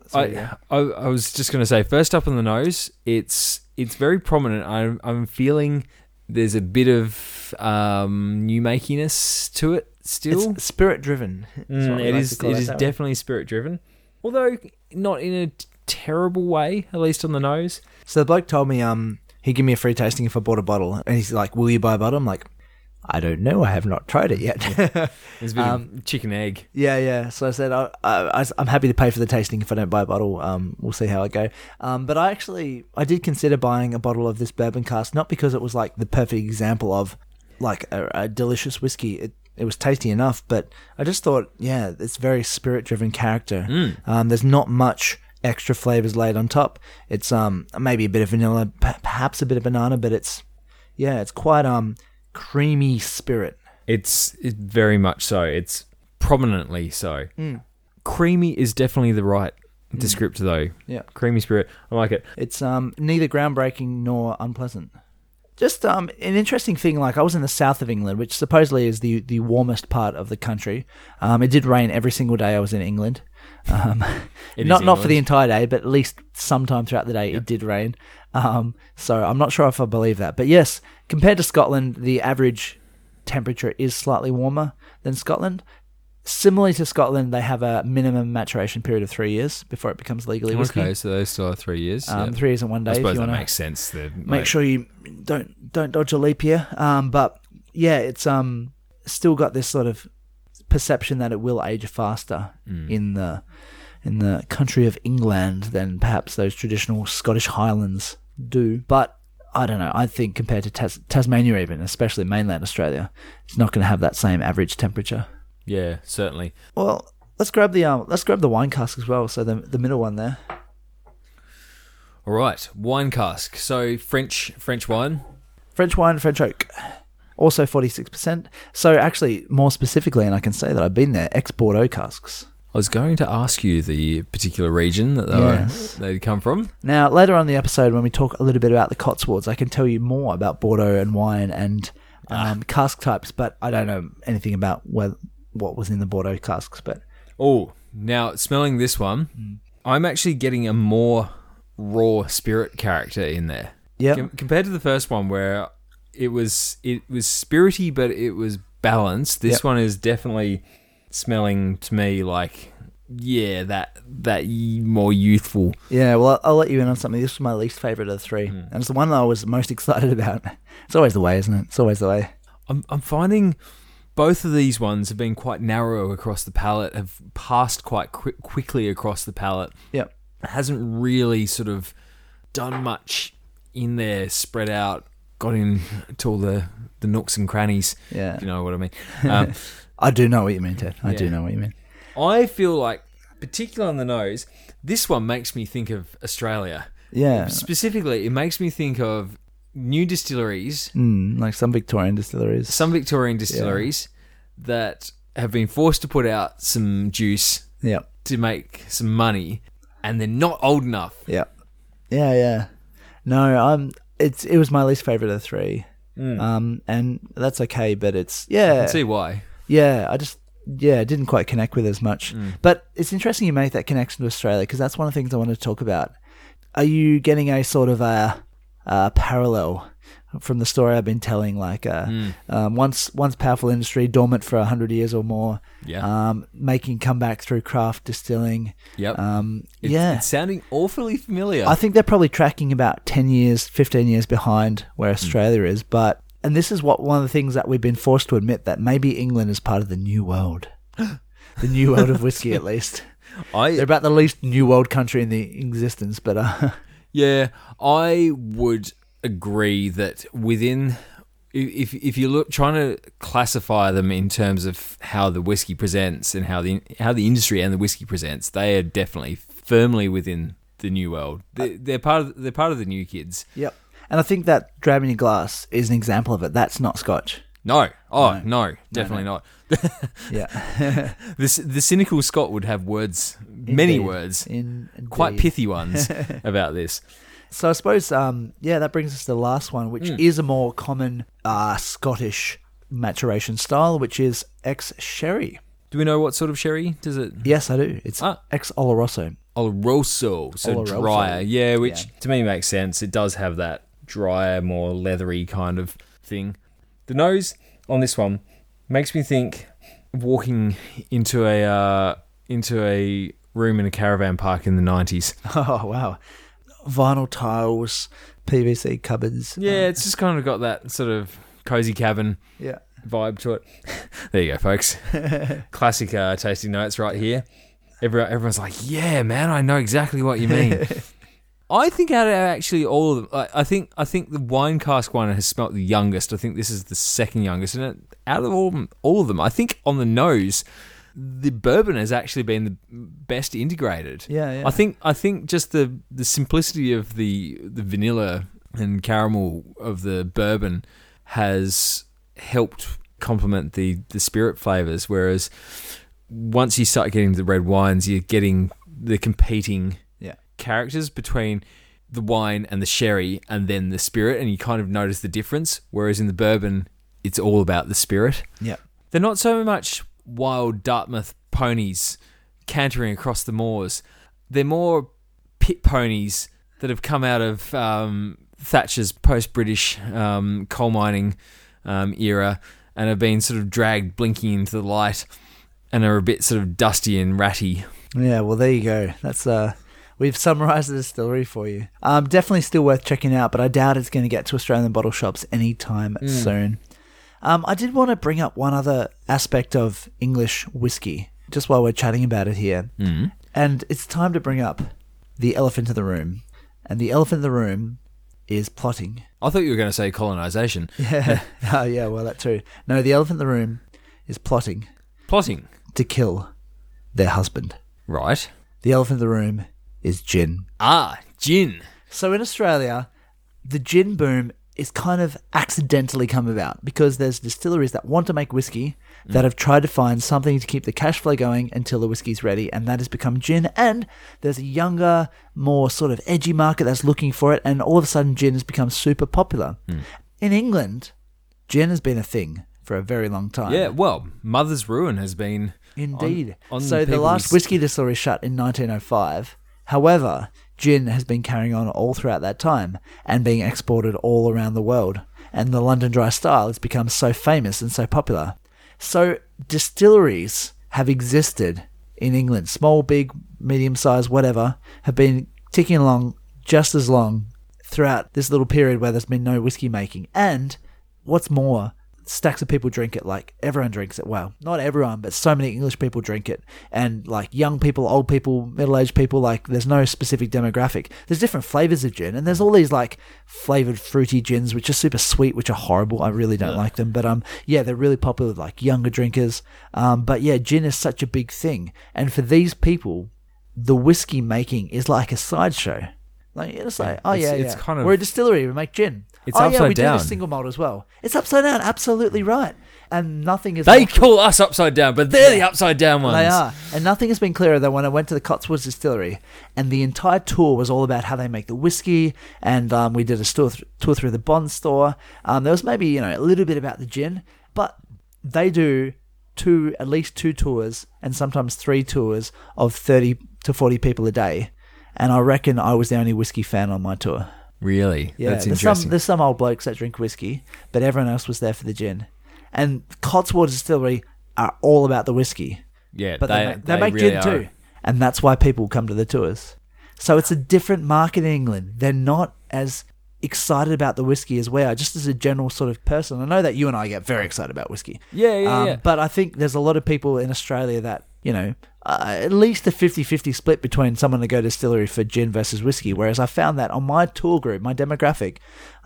[SPEAKER 3] so yeah.
[SPEAKER 2] I, I I was just gonna say, first up on the nose, it's it's very prominent. I'm I'm feeling there's a bit of um, new makiness to it still.
[SPEAKER 3] it's spirit driven.
[SPEAKER 2] Mm, it is it is definitely spirit driven, although not in a t- terrible way, at least on the nose.
[SPEAKER 3] So the bloke told me um he'd give me a free tasting if I bought a bottle, and he's like, "Will you buy a bottle?" I'm like, "I don't know. I have not tried it yet." Yeah,
[SPEAKER 2] There's a bit of chicken egg.
[SPEAKER 3] yeah. So I said, I, I, "I'm happy to pay for the tasting if I don't buy a bottle. Um, we'll see how I go." Um, but I actually I did consider buying a bottle of this bourbon cast, not because it was like the perfect example of like a, a delicious whiskey. It it was tasty enough, but I just thought, yeah, it's very spirit driven character. Um, there's not much extra flavors laid on top. It's um maybe a bit of vanilla, p- perhaps a bit of banana, but it's yeah, it's quite um creamy spirit.
[SPEAKER 2] It's it, very much so. It's prominently so.
[SPEAKER 3] Mm.
[SPEAKER 2] Creamy is definitely the right descriptor, though.
[SPEAKER 3] Yeah.
[SPEAKER 2] Creamy spirit. I like it.
[SPEAKER 3] It's um neither groundbreaking nor unpleasant. Just um, an interesting thing, like I was in the south of England, which supposedly is the, the warmest part of the country. Um, it did rain every single day I was in England. Um,
[SPEAKER 2] It is
[SPEAKER 3] not not for the
[SPEAKER 2] England.
[SPEAKER 3] entire day, but at least sometime throughout the day it did rain. Um, so I'm not sure if I believe that, but yes, compared to Scotland, the average temperature is slightly warmer than Scotland. Similarly to Scotland, they have a minimum maturation period of three years before it becomes legally whiskey.
[SPEAKER 2] Okay, so those still are three years.
[SPEAKER 3] Um,
[SPEAKER 2] yeah.
[SPEAKER 3] Three years and one day.
[SPEAKER 2] I
[SPEAKER 3] if
[SPEAKER 2] suppose
[SPEAKER 3] you
[SPEAKER 2] that
[SPEAKER 3] wanna-
[SPEAKER 2] makes sense. They're
[SPEAKER 3] make
[SPEAKER 2] like-
[SPEAKER 3] sure you don't don't dodge a leap year. Um, but yeah, it's um still got this sort of perception that it will age faster
[SPEAKER 2] Mm.
[SPEAKER 3] in the in the country of England than perhaps those traditional Scottish Highlands do. But I don't know. I think compared to Tas- Tasmania, even especially mainland Australia, it's not going to have that same average temperature.
[SPEAKER 2] Yeah, certainly.
[SPEAKER 3] Well, let's grab the um, let's grab the wine cask as well. So the the middle one there.
[SPEAKER 2] All right, wine cask. So French French wine.
[SPEAKER 3] French wine, French oak. Also 46%. So, actually, more specifically, and I can say that I've been there, export oak casks.
[SPEAKER 2] I was going to ask you the particular region that they
[SPEAKER 3] Yes.
[SPEAKER 2] would come from.
[SPEAKER 3] Now, later on in the episode, when we talk a little bit about the Cotswolds, I can tell you more about Bordeaux and wine and um, cask types, but I don't know anything about where, what was in the Bordeaux casks. But
[SPEAKER 2] Oh, now smelling this one, I'm actually getting a more raw spirit character in there.
[SPEAKER 3] yeah,
[SPEAKER 2] Com- compared to the first one where it was it was spirity but it was balanced. This
[SPEAKER 3] Yep.
[SPEAKER 2] one is definitely smelling to me like yeah, that that y- more youthful.
[SPEAKER 3] yeah, well, I'll, I'll let you in on something. This was my least favorite of the three, and it's the one that I was most excited about. It's always the way, isn't it? It's always the way.
[SPEAKER 2] I'm I'm finding both of these ones have been quite narrow across the palate, have passed quite qui- quickly across the palate.
[SPEAKER 3] Yep.
[SPEAKER 2] hasn't really sort of done much in there, spread out, got in to all the, the nooks and crannies.
[SPEAKER 3] Yeah.
[SPEAKER 2] If you know what I mean. Um,
[SPEAKER 3] I do know what you mean, Ted. I do
[SPEAKER 2] Yeah.
[SPEAKER 3] know what you mean.
[SPEAKER 2] I feel like, particularly on the nose, this one makes me think of Australia.
[SPEAKER 3] Yeah.
[SPEAKER 2] Specifically, it makes me think of new distilleries,
[SPEAKER 3] Mm, like some Victorian distilleries.
[SPEAKER 2] some Victorian distilleries that have been forced to put out some juice
[SPEAKER 3] Yep.
[SPEAKER 2] to make some money, and they're not old enough
[SPEAKER 3] Yeah. Yeah, yeah. No, um it's it was my least favorite of the three. Um and that's okay, but it's yeah.
[SPEAKER 2] Mm. I see why.
[SPEAKER 3] Yeah, I just yeah, I didn't quite connect with as much.
[SPEAKER 2] Mm.
[SPEAKER 3] But it's interesting you make that connection to Australia because that's one of the things I wanted to talk about. Are you getting a sort of a, a parallel from the story I've been telling? Like uh,
[SPEAKER 2] Mm.
[SPEAKER 3] um, once once powerful industry dormant for hundred years or more,
[SPEAKER 2] Yeah.
[SPEAKER 3] um, making comeback through craft distilling.
[SPEAKER 2] Yep.
[SPEAKER 3] Um,
[SPEAKER 2] It's,
[SPEAKER 3] yeah,
[SPEAKER 2] it's sounding awfully familiar.
[SPEAKER 3] I think they're probably tracking about 10 years, 15 years behind where Australia is. But, and this is what one of the things that we've been forced to admit that maybe England is part of the new world. the new world of whiskey, at least.
[SPEAKER 2] I
[SPEAKER 3] They're about the least new world country in the existence, but uh,
[SPEAKER 2] yeah, I would agree that within if if you look trying to classify them in terms of how the whiskey presents and how the how the industry and the whiskey presents, they are definitely firmly within the new world. They, they're part of they're part of the new kids.
[SPEAKER 3] yep. And I think that drab in your glass is an example of it. That's not Scotch.
[SPEAKER 2] No, oh no, definitely not.
[SPEAKER 3] Yeah.
[SPEAKER 2] this the cynical Scot would have words, many
[SPEAKER 3] Indeed.
[SPEAKER 2] words,
[SPEAKER 3] In,
[SPEAKER 2] quite
[SPEAKER 3] indeed.
[SPEAKER 2] pithy ones about this.
[SPEAKER 3] So I suppose, um, yeah, that brings us to the last one, which is a more common uh, Scottish maturation style, which is ex sherry.
[SPEAKER 2] Do we know what sort of sherry does it?
[SPEAKER 3] Yes, I do. It's
[SPEAKER 2] Ah.
[SPEAKER 3] ex Oloroso.
[SPEAKER 2] Oloroso, so
[SPEAKER 3] Oloroso.
[SPEAKER 2] drier. Yeah, which to me makes sense. It does have that drier, more leathery kind of thing. The nose on this one makes me think of walking into a uh, into a room in a caravan park in the 90s.
[SPEAKER 3] Oh wow, vinyl tiles, PVC cupboards.
[SPEAKER 2] Yeah, it's just kind of got that sort of cozy cabin
[SPEAKER 3] yeah.
[SPEAKER 2] vibe to it. there you go, folks. Classic uh, tasting notes right here. Everyone, everyone's like, "Yeah, man, I know exactly what you mean." I think out of actually all of them, I, I think I think the wine cask one has smelt the youngest. I think this is the second youngest, and it, out of all of them- all of them, I think on the nose, the bourbon has actually been the best integrated.
[SPEAKER 3] Yeah, yeah.
[SPEAKER 2] I think I think just the the simplicity of the the vanilla and caramel of the bourbon has helped complement the the spirit flavors. Whereas once you start getting the red wines, you're getting the competing
[SPEAKER 3] Yeah.
[SPEAKER 2] characters between the wine and the sherry and then the spirit, and you kind of notice the difference. Whereas in the bourbon, it's all about the spirit.
[SPEAKER 1] Yeah.
[SPEAKER 2] They're not so much wild Dartmouth ponies cantering across the moors. They're more pit ponies that have come out of um, Thatcher's post-British um, coal mining um, era and have been sort of dragged blinking into the light and are a bit sort of dusty and ratty.
[SPEAKER 3] Yeah, well, there you go. That's uh, we've summarised the distillery for you. Um, definitely still worth checking out, but I doubt it's going to get to Australian bottle shops anytime
[SPEAKER 2] Hmm.
[SPEAKER 3] soon. Um, I did want to bring up one other aspect of English whiskey, just while we're chatting about it here,
[SPEAKER 2] Mm-hmm.
[SPEAKER 3] mm. and it's time to bring up the elephant in the room, and the elephant in the room is plotting.
[SPEAKER 2] I thought you were going to say colonization.
[SPEAKER 3] Yeah, oh yeah, well that too. No, the elephant in the room is plotting
[SPEAKER 2] Plotting.
[SPEAKER 3] to kill their husband.
[SPEAKER 2] Right.
[SPEAKER 3] The elephant in the room is gin.
[SPEAKER 2] Ah, gin.
[SPEAKER 3] So in Australia, the gin boom is kind of accidentally come about because there's distilleries that want to make whiskey that have tried to find something to keep the cash flow going until the whiskey's ready, and that has become gin. And there's a younger, more sort of edgy market that's looking for it, and all of a sudden, gin has become super popular. In England, gin has been a thing for a very long time.
[SPEAKER 2] Yeah, well, Mother's Ruin has been.
[SPEAKER 3] Indeed.
[SPEAKER 2] on
[SPEAKER 3] so the
[SPEAKER 2] people's-
[SPEAKER 3] last whiskey distillery shut in 1905. However, gin has been carrying on all throughout that time and being exported all around the world. And the London dry style has become so famous and so popular. So distilleries have existed in England, small, big, medium sized, whatever, have been ticking along just as long throughout this little period where there's been no whiskey making. And what's more, stacks of people drink it. Like everyone drinks it. Well, not everyone, but so many English people drink it. And like young people, old people, middle aged people, like there's no specific demographic. There's different flavors of gin. And there's all these like flavored fruity gins, which are super sweet, which are horrible. I really don't like them. But um, yeah, they're really popular with like younger drinkers. Um, but yeah, gin is such a big thing. And for these people, the whiskey making is like a sideshow. Like it's like, oh
[SPEAKER 2] It's-
[SPEAKER 3] yeah,
[SPEAKER 2] it's
[SPEAKER 3] yeah.
[SPEAKER 2] kind of-
[SPEAKER 3] we're a distillery. We make gin.
[SPEAKER 2] It's
[SPEAKER 3] oh yeah,
[SPEAKER 2] upside
[SPEAKER 3] we do
[SPEAKER 2] down.
[SPEAKER 3] this single malt as well. It's upside down. Absolutely right. And nothing is
[SPEAKER 2] They call us upside down, but they're the upside down ones.
[SPEAKER 3] they are. And nothing has been clearer than when I went to the Cotswolds Distillery, and the entire tour was all about how they make the whiskey. And um, we did a tour, th- tour through the Bond store. Um, there was maybe you know a little bit about the gin, but they do two, at least two tours, and sometimes three tours of thirty to forty people a day. And I reckon I was the only whiskey fan on my tour.
[SPEAKER 2] Really?
[SPEAKER 3] Yeah,
[SPEAKER 2] That's
[SPEAKER 3] there's
[SPEAKER 2] interesting.
[SPEAKER 3] some there's some old blokes that drink whiskey, but everyone else was there for the gin. And Cotswold Distillery are all about the whiskey,
[SPEAKER 2] yeah,
[SPEAKER 3] but they,
[SPEAKER 2] they,
[SPEAKER 3] make, they make
[SPEAKER 2] really
[SPEAKER 3] gin
[SPEAKER 2] are.
[SPEAKER 3] too, and that's why people come to the tours. So it's a different market in England. They're not as excited about the whiskey as we are. Just as a general sort of person, I know that you and I get very excited about whiskey. Um,
[SPEAKER 2] Yeah, yeah, yeah.
[SPEAKER 3] But I think there's a lot of people in Australia that you know. Uh, at least a 50-50 split between someone to go distillery for gin versus whiskey whereas i found that on my tour group my demographic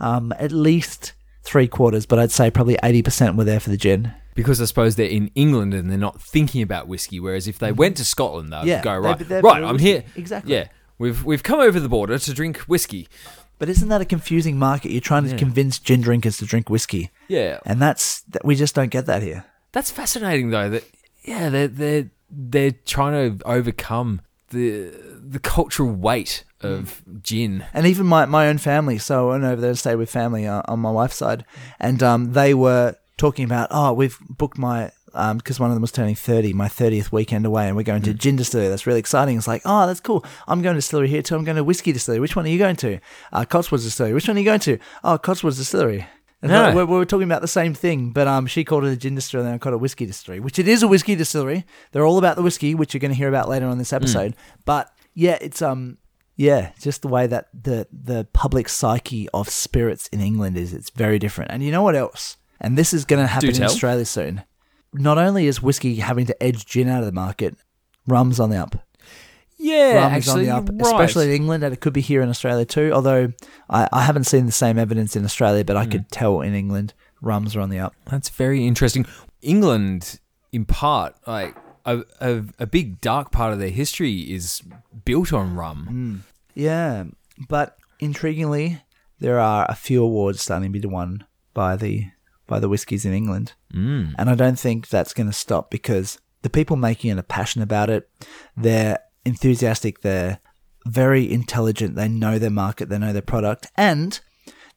[SPEAKER 3] um, at least three quarters but i'd say probably 80% were there for the gin
[SPEAKER 2] Because I suppose they're in England and they're not thinking about whiskey. Whereas if they went to Scotland, they'd
[SPEAKER 3] Yeah,
[SPEAKER 2] go
[SPEAKER 3] they'd
[SPEAKER 2] right,
[SPEAKER 3] be- they'd be
[SPEAKER 2] right.
[SPEAKER 3] all
[SPEAKER 2] I'm
[SPEAKER 3] whiskey."
[SPEAKER 2] here.
[SPEAKER 3] Exactly.
[SPEAKER 2] Yeah, we've we've come over the border to drink whiskey.
[SPEAKER 3] But isn't that a confusing market? You're trying to convince gin drinkers to drink whiskey,
[SPEAKER 2] Yeah,
[SPEAKER 3] and that's that we just don't get that here.
[SPEAKER 2] that's fascinating though. That yeah, they're they're they're trying to overcome the the cultural weight of gin.
[SPEAKER 3] And even my, my own family. So I went over there to stay with family uh, on my wife's side, and um, they were talking about, oh, we've booked my because one of them was turning thirty, my thirtieth weekend away, and we're going to gin distillery. That's really exciting. It's like, oh, that's cool. I'm going to distillery here too. I'm going to whiskey distillery. Which one are you going to? Uh, Cotswolds distillery. Which one are you going to? Oh, Cotswolds distillery. And
[SPEAKER 2] No.
[SPEAKER 3] no. we're, we're talking about the same thing, but um, she called it a gin distillery and I called it a whiskey distillery, which it is a whiskey distillery. They're all about the whiskey, which you're going to hear about later on this episode. But yeah, it's um, yeah, just the way that the the public psyche of spirits in England is, it's very different. And you know what else? And this is going to happen in
[SPEAKER 2] tell.
[SPEAKER 3] Australia soon. Not only is whiskey having to edge gin out of the market, rum's on the up
[SPEAKER 2] Yeah,
[SPEAKER 3] rum is on
[SPEAKER 2] actually,
[SPEAKER 3] the up,
[SPEAKER 2] you're right.
[SPEAKER 3] especially in England, and it could be here in Australia too. Although I, I haven't seen the same evidence in Australia, but
[SPEAKER 2] Hmm.
[SPEAKER 3] I could tell in England rums are on the up.
[SPEAKER 2] That's very interesting. England, in part, like a, a, a big dark part of their history is built on rum.
[SPEAKER 3] Yeah, but intriguingly, there are a few awards starting to be won by the by the whiskies in England, mm. and I don't think that's going to stop because the people making it are passionate about it. They're enthusiastic. They're very intelligent. They know their market, they know their product, and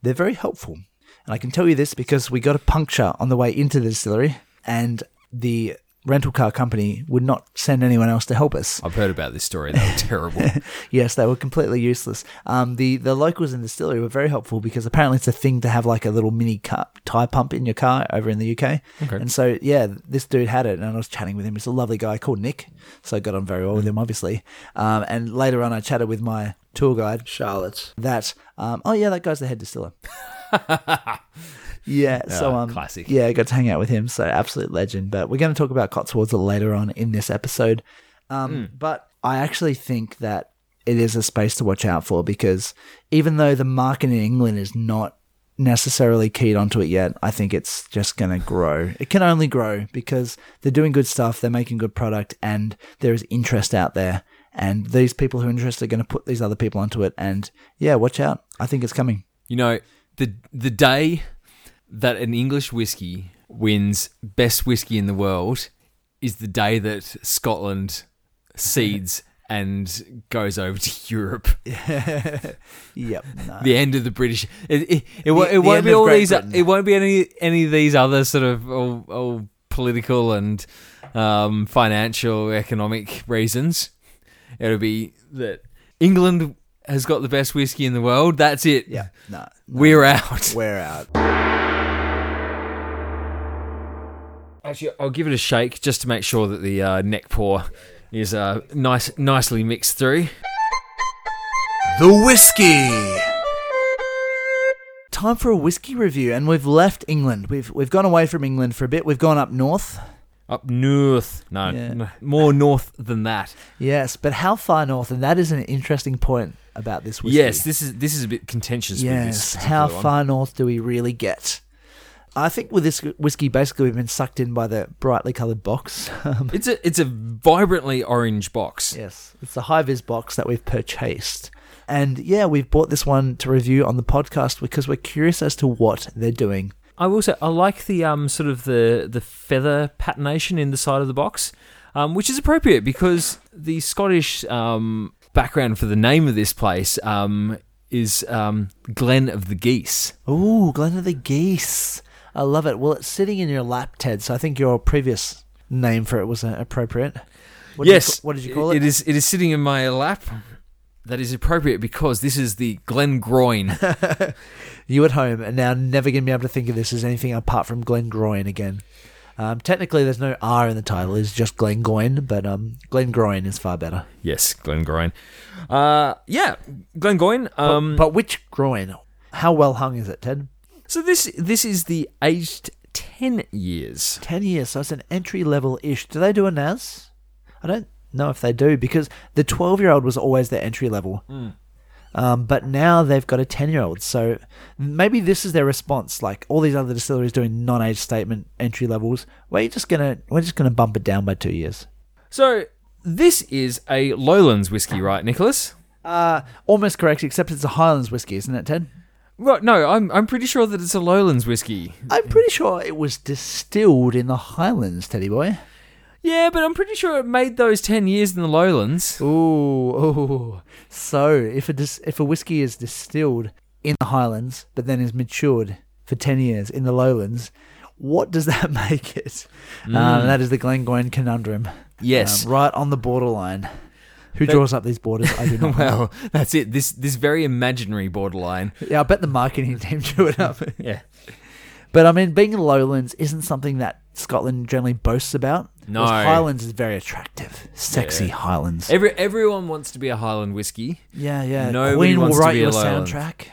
[SPEAKER 3] they're very helpful. And I can tell you this because we got a puncture on the way into the distillery, and the rental car company would not send anyone else to help us.
[SPEAKER 2] I've heard about this story. They were terrible.
[SPEAKER 3] Yes, they were completely useless. Um, the the locals in the distillery were very helpful because apparently it's a thing to have like a little mini car, tie pump in your car over in the UK. And so yeah, this dude had it, and I was chatting with him. He's a lovely guy called Nick, so I got on very well with him, obviously. Um, and later on, I chatted with my tour guide
[SPEAKER 5] Charlotte.
[SPEAKER 3] that um, oh yeah, that guy's the head distiller. yeah, so um,
[SPEAKER 2] classic.
[SPEAKER 3] Yeah, I got to hang out with him. So absolute legend. But we're going to talk about Cotswolds later on in this episode. Um,
[SPEAKER 2] Hmm.
[SPEAKER 3] But I actually think that it is a space to watch out for because even though the market in England is not necessarily keyed onto it yet, I think it's just going to grow. It can only grow because they're doing good stuff, they're making good product, and there is interest out there. And these people who are interested are going to put these other people onto it. And yeah, watch out. I think it's coming.
[SPEAKER 2] You know, the the day that an English whiskey wins best whiskey in the world is the day that Scotland cedes and goes over to Europe.
[SPEAKER 3] Yep. No.
[SPEAKER 2] The end of the British. It, it, it, won't-
[SPEAKER 3] The- the
[SPEAKER 2] it won't
[SPEAKER 3] end
[SPEAKER 2] be
[SPEAKER 3] of
[SPEAKER 2] all
[SPEAKER 3] Great
[SPEAKER 2] these.
[SPEAKER 3] Britain.
[SPEAKER 2] It won't be any any of these other sort of all, all political and um, financial economic reasons. It'll be that England has got the best whiskey in the world. That's it.
[SPEAKER 3] Yeah. No. no.
[SPEAKER 2] We're out.
[SPEAKER 3] We're out.
[SPEAKER 2] Actually, I'll give it a shake just to make sure that the uh, neck pour is uh, nice, nicely mixed through.
[SPEAKER 1] The whiskey.
[SPEAKER 3] Time for a whiskey review, and we've left England. We've we've gone away from England for a bit. We've gone up north.
[SPEAKER 2] Up north, no,
[SPEAKER 3] Yeah.
[SPEAKER 2] n- more north than that.
[SPEAKER 3] Yes, but how far north? And that is an interesting point about this whiskey.
[SPEAKER 2] Yes, this is this is a bit contentious. with
[SPEAKER 3] Yes.
[SPEAKER 2] this
[SPEAKER 3] How
[SPEAKER 2] particular one.
[SPEAKER 3] far north do we really get? I think with this whiskey, basically, we've been sucked in by the brightly coloured box. Um,
[SPEAKER 2] It's a it's a vibrantly orange box.
[SPEAKER 3] yes, it's the high vis box that we've purchased. And yeah, we've bought this one to review on the podcast because we're curious as to what they're doing.
[SPEAKER 2] I will say I like the um sort of the the feather patination in the side of the box, um, which is appropriate because the Scottish um background for the name of this place um is um Glen of the Geese.
[SPEAKER 3] Ooh, Glen of the Geese. I love it. Well, it's sitting in your lap, Ted, so I think your previous name for it was uh, appropriate. What did you
[SPEAKER 2] yes.
[SPEAKER 3] ca- what did you call it?
[SPEAKER 2] It is it is sitting in my lap. That is appropriate because this is the Glen Groin.
[SPEAKER 3] You at home are now never going to be able to think of this as anything apart from Glen Groin again. Um, technically, there's no R in the title. It's just Glen Goyne, but um, Glen Groin is far better.
[SPEAKER 2] yes, Glen Groin. Uh, yeah, Glen Groin. Um,
[SPEAKER 3] But which groin? How well hung is it, Ted?
[SPEAKER 2] so this this is the aged ten years.
[SPEAKER 3] 10 years, so it's an entry level ish. Do they do a NAS? I don't know if they do because the 12 year old was always their entry level. Um, but now they've got a 10 year old. So maybe this is their response. Like all these other distilleries doing non age statement entry levels, we're just going to we're just gonna bump it down by two years.
[SPEAKER 2] So this is a Lowlands whiskey, right, Nicholas?
[SPEAKER 3] Uh, almost correct, except it's a Highlands whiskey, isn't it, Ted?
[SPEAKER 2] Right, no, I'm I'm pretty sure that it's a Lowlands whiskey.
[SPEAKER 3] I'm pretty sure it was distilled in the Highlands, Teddy boy.
[SPEAKER 2] Yeah, but I'm pretty sure it made those ten years in the
[SPEAKER 3] Um,
[SPEAKER 2] Lowlands.
[SPEAKER 3] Ooh, ooh. So if a dis- if a whiskey is distilled in the Highlands but then is matured for ten years in the Lowlands, what does that make it? Um, that is the Glengoyne conundrum.
[SPEAKER 2] Mm. Yes.
[SPEAKER 3] Um, right on the borderline. Who draws up these borders? I do not. know.
[SPEAKER 2] Well, that's it. This this very imaginary borderline.
[SPEAKER 3] Yeah, I bet the marketing team drew it up.
[SPEAKER 2] Yeah.
[SPEAKER 3] But I mean, being in the Lowlands isn't something that Scotland generally boasts about.
[SPEAKER 2] No.
[SPEAKER 3] Whereas Highlands is very attractive, sexy Highlands.
[SPEAKER 2] Every everyone wants to be a Highland whiskey.
[SPEAKER 3] Yeah, yeah.
[SPEAKER 2] Nobody
[SPEAKER 3] Queen will
[SPEAKER 2] wants to
[SPEAKER 3] write
[SPEAKER 2] be
[SPEAKER 3] you a
[SPEAKER 2] alone.
[SPEAKER 3] soundtrack.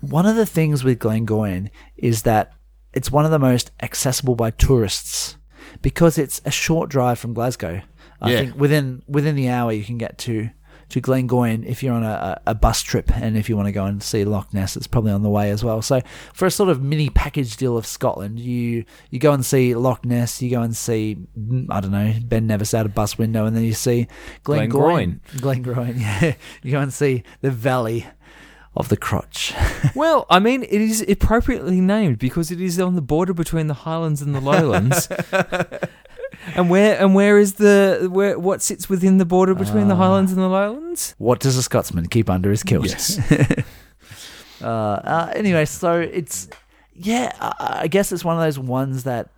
[SPEAKER 3] One of the things with Glengoyne is that it's one of the most accessible by tourists because it's a short drive from Glasgow. I
[SPEAKER 2] Yeah.
[SPEAKER 3] think within within the hour you can get to to Glengoyne if you're on a, a a bus trip and if you want to go and see Loch Ness, it's probably on the way as well. So for a sort of mini package deal of Scotland, you you go and see Loch Ness, you go and see mm, I don't know Ben Nevis out a bus window, and then you see Glengoyne. Glengroyne, yeah. You go and see the valley of the crotch.
[SPEAKER 2] Well, I mean, it is appropriately named because it is on the border between the Highlands and the Lowlands. And where and where is the where what sits within the border between the Highlands and the Lowlands?
[SPEAKER 3] What does a Scotsman keep under his kilt? Uh, uh, anyway, so it's yeah. I I guess it's one of those ones that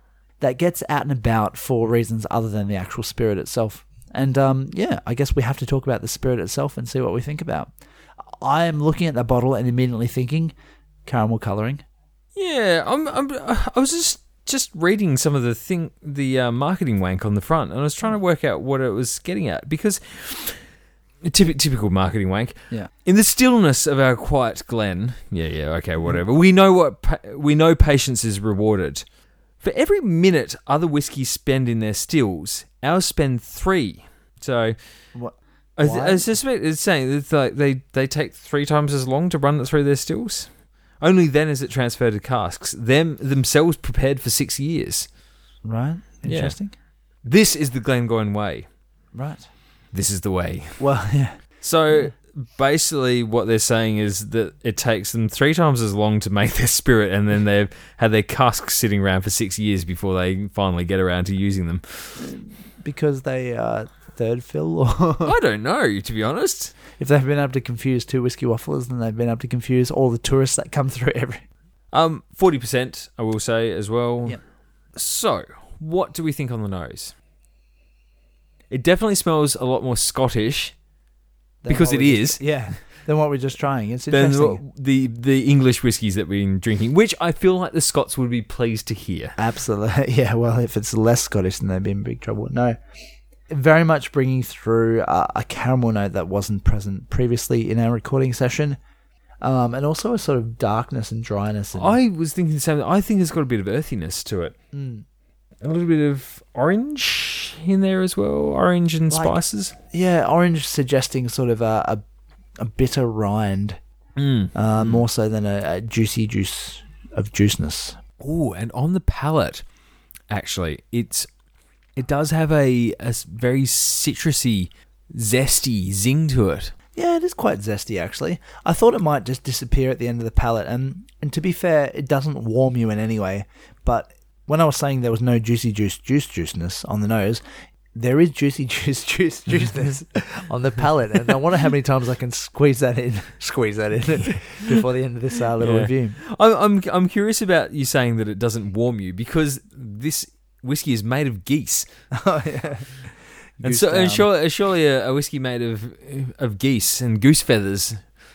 [SPEAKER 3] that gets out and about for reasons other than the actual spirit itself. And um, yeah, I guess we have to talk about the spirit itself and see what we think about. I am looking at the bottle and immediately thinking caramel coloring.
[SPEAKER 2] Yeah, I'm, I'm I was just just reading some of the thing the uh, marketing wank on the front, and I was trying to work out what it was getting at because typ- typical marketing wank.
[SPEAKER 3] Yeah.
[SPEAKER 2] In the stillness of our quiet glen, yeah, yeah, okay, whatever. We know what pa- we know. Patience is rewarded. For every minute other whiskies spend in their stills, ours spend three. So
[SPEAKER 3] What?
[SPEAKER 2] I, th-
[SPEAKER 3] Why?
[SPEAKER 2] I suspect it's saying that it's like they, they take three times as long to run it through their stills. Only then is it transferred to casks. Them themselves prepared for six years.
[SPEAKER 3] Right.
[SPEAKER 2] Yeah.
[SPEAKER 3] Interesting.
[SPEAKER 2] This is the Glengoyne way.
[SPEAKER 3] Right.
[SPEAKER 2] This is the way.
[SPEAKER 3] Well, yeah.
[SPEAKER 2] So basically, what they're saying is that it takes them three times as long to make their spirit, and then they've had their casks sitting around for six years before they finally get around to using them.
[SPEAKER 3] because they uh, third fill, or
[SPEAKER 2] I don't know, to be honest.
[SPEAKER 3] if they've been able to confuse two whiskey wafflers, then they've been able to confuse all the tourists that come through every.
[SPEAKER 2] Um, forty percent, I will say as well.
[SPEAKER 3] Yep.
[SPEAKER 2] So, what do we think on the nose? It definitely smells a lot more Scottish
[SPEAKER 3] than
[SPEAKER 2] Because
[SPEAKER 3] what
[SPEAKER 2] it
[SPEAKER 3] we
[SPEAKER 2] is.
[SPEAKER 3] just- yeah. Than what we're just trying. It's
[SPEAKER 2] than
[SPEAKER 3] interesting.
[SPEAKER 2] what- the the English whiskies that we've been drinking, which I feel like the Scots would be pleased to hear.
[SPEAKER 3] Absolutely. Yeah. Well, if it's less Scottish, then they'd be in big trouble. No. Very much bringing through uh, a caramel note that wasn't present previously in our recording session, um, and also a sort of darkness and dryness. And,
[SPEAKER 2] I was thinking the same. I think it's got a bit of earthiness to it,
[SPEAKER 3] mm,
[SPEAKER 2] a little bit of orange in there as well, orange and
[SPEAKER 3] Like-
[SPEAKER 2] spices.
[SPEAKER 3] yeah, orange suggesting sort of a a, a bitter rind.
[SPEAKER 2] Mm.
[SPEAKER 3] uh, more so than a, a juicy juice of juiceness.
[SPEAKER 2] Ooh, and on the palate, actually, it's it does have a, a s- very citrusy, zesty zing to it.
[SPEAKER 3] Yeah, it is quite zesty actually. I thought it might just disappear at the end of the palate, and and to be fair, it doesn't warm you in any way. But when I was saying there was no juicy juice juice juiceness on the nose, there is juicy juice juice juiceness on the palate, and I wonder how many times I can squeeze that in, squeeze that in before the end of this uh, little
[SPEAKER 2] Yeah.
[SPEAKER 3] review.
[SPEAKER 2] I'm, I'm I'm curious about you saying that it doesn't warm you because this whiskey is made of geese,
[SPEAKER 3] oh yeah,
[SPEAKER 2] and
[SPEAKER 3] Goose
[SPEAKER 2] so
[SPEAKER 3] down.
[SPEAKER 2] and surely, surely a, a whiskey made of of geese and goose feathers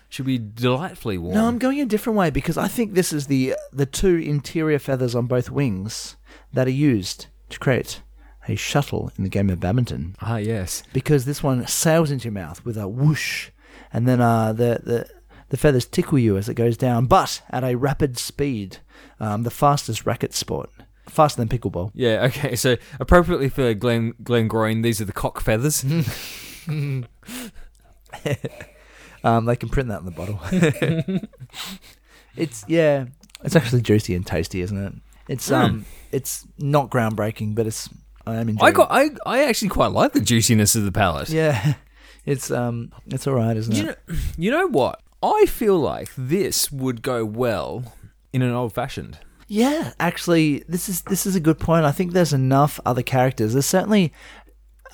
[SPEAKER 2] should be delightfully warm.
[SPEAKER 3] No, I'm going a different way because I think this is the the two interior feathers on both wings that are used to create a shuttle in the game of badminton.
[SPEAKER 2] ah yes,
[SPEAKER 3] Because this one sails into your mouth with a whoosh, and then uh, the the the feathers tickle you as it goes down, but at a rapid speed, um, the fastest racket sport, faster than pickleball.
[SPEAKER 2] yeah okay. So appropriately for Glen Glengroyne, these are the cock feathers.
[SPEAKER 3] Um, they can print that on the bottle. it's yeah, it's actually juicy and tasty, isn't it? It's
[SPEAKER 2] Hmm.
[SPEAKER 3] um, it's not groundbreaking, but it's I am enjoying.
[SPEAKER 2] I got I, I actually quite like the juiciness of the palate.
[SPEAKER 3] Yeah, it's um, it's all right, isn't
[SPEAKER 2] You
[SPEAKER 3] it?
[SPEAKER 2] know, you know what? I feel like this would go well in an old fashioned.
[SPEAKER 3] yeah, actually, this is this is a good point. I think there's enough other characters. There's certainly,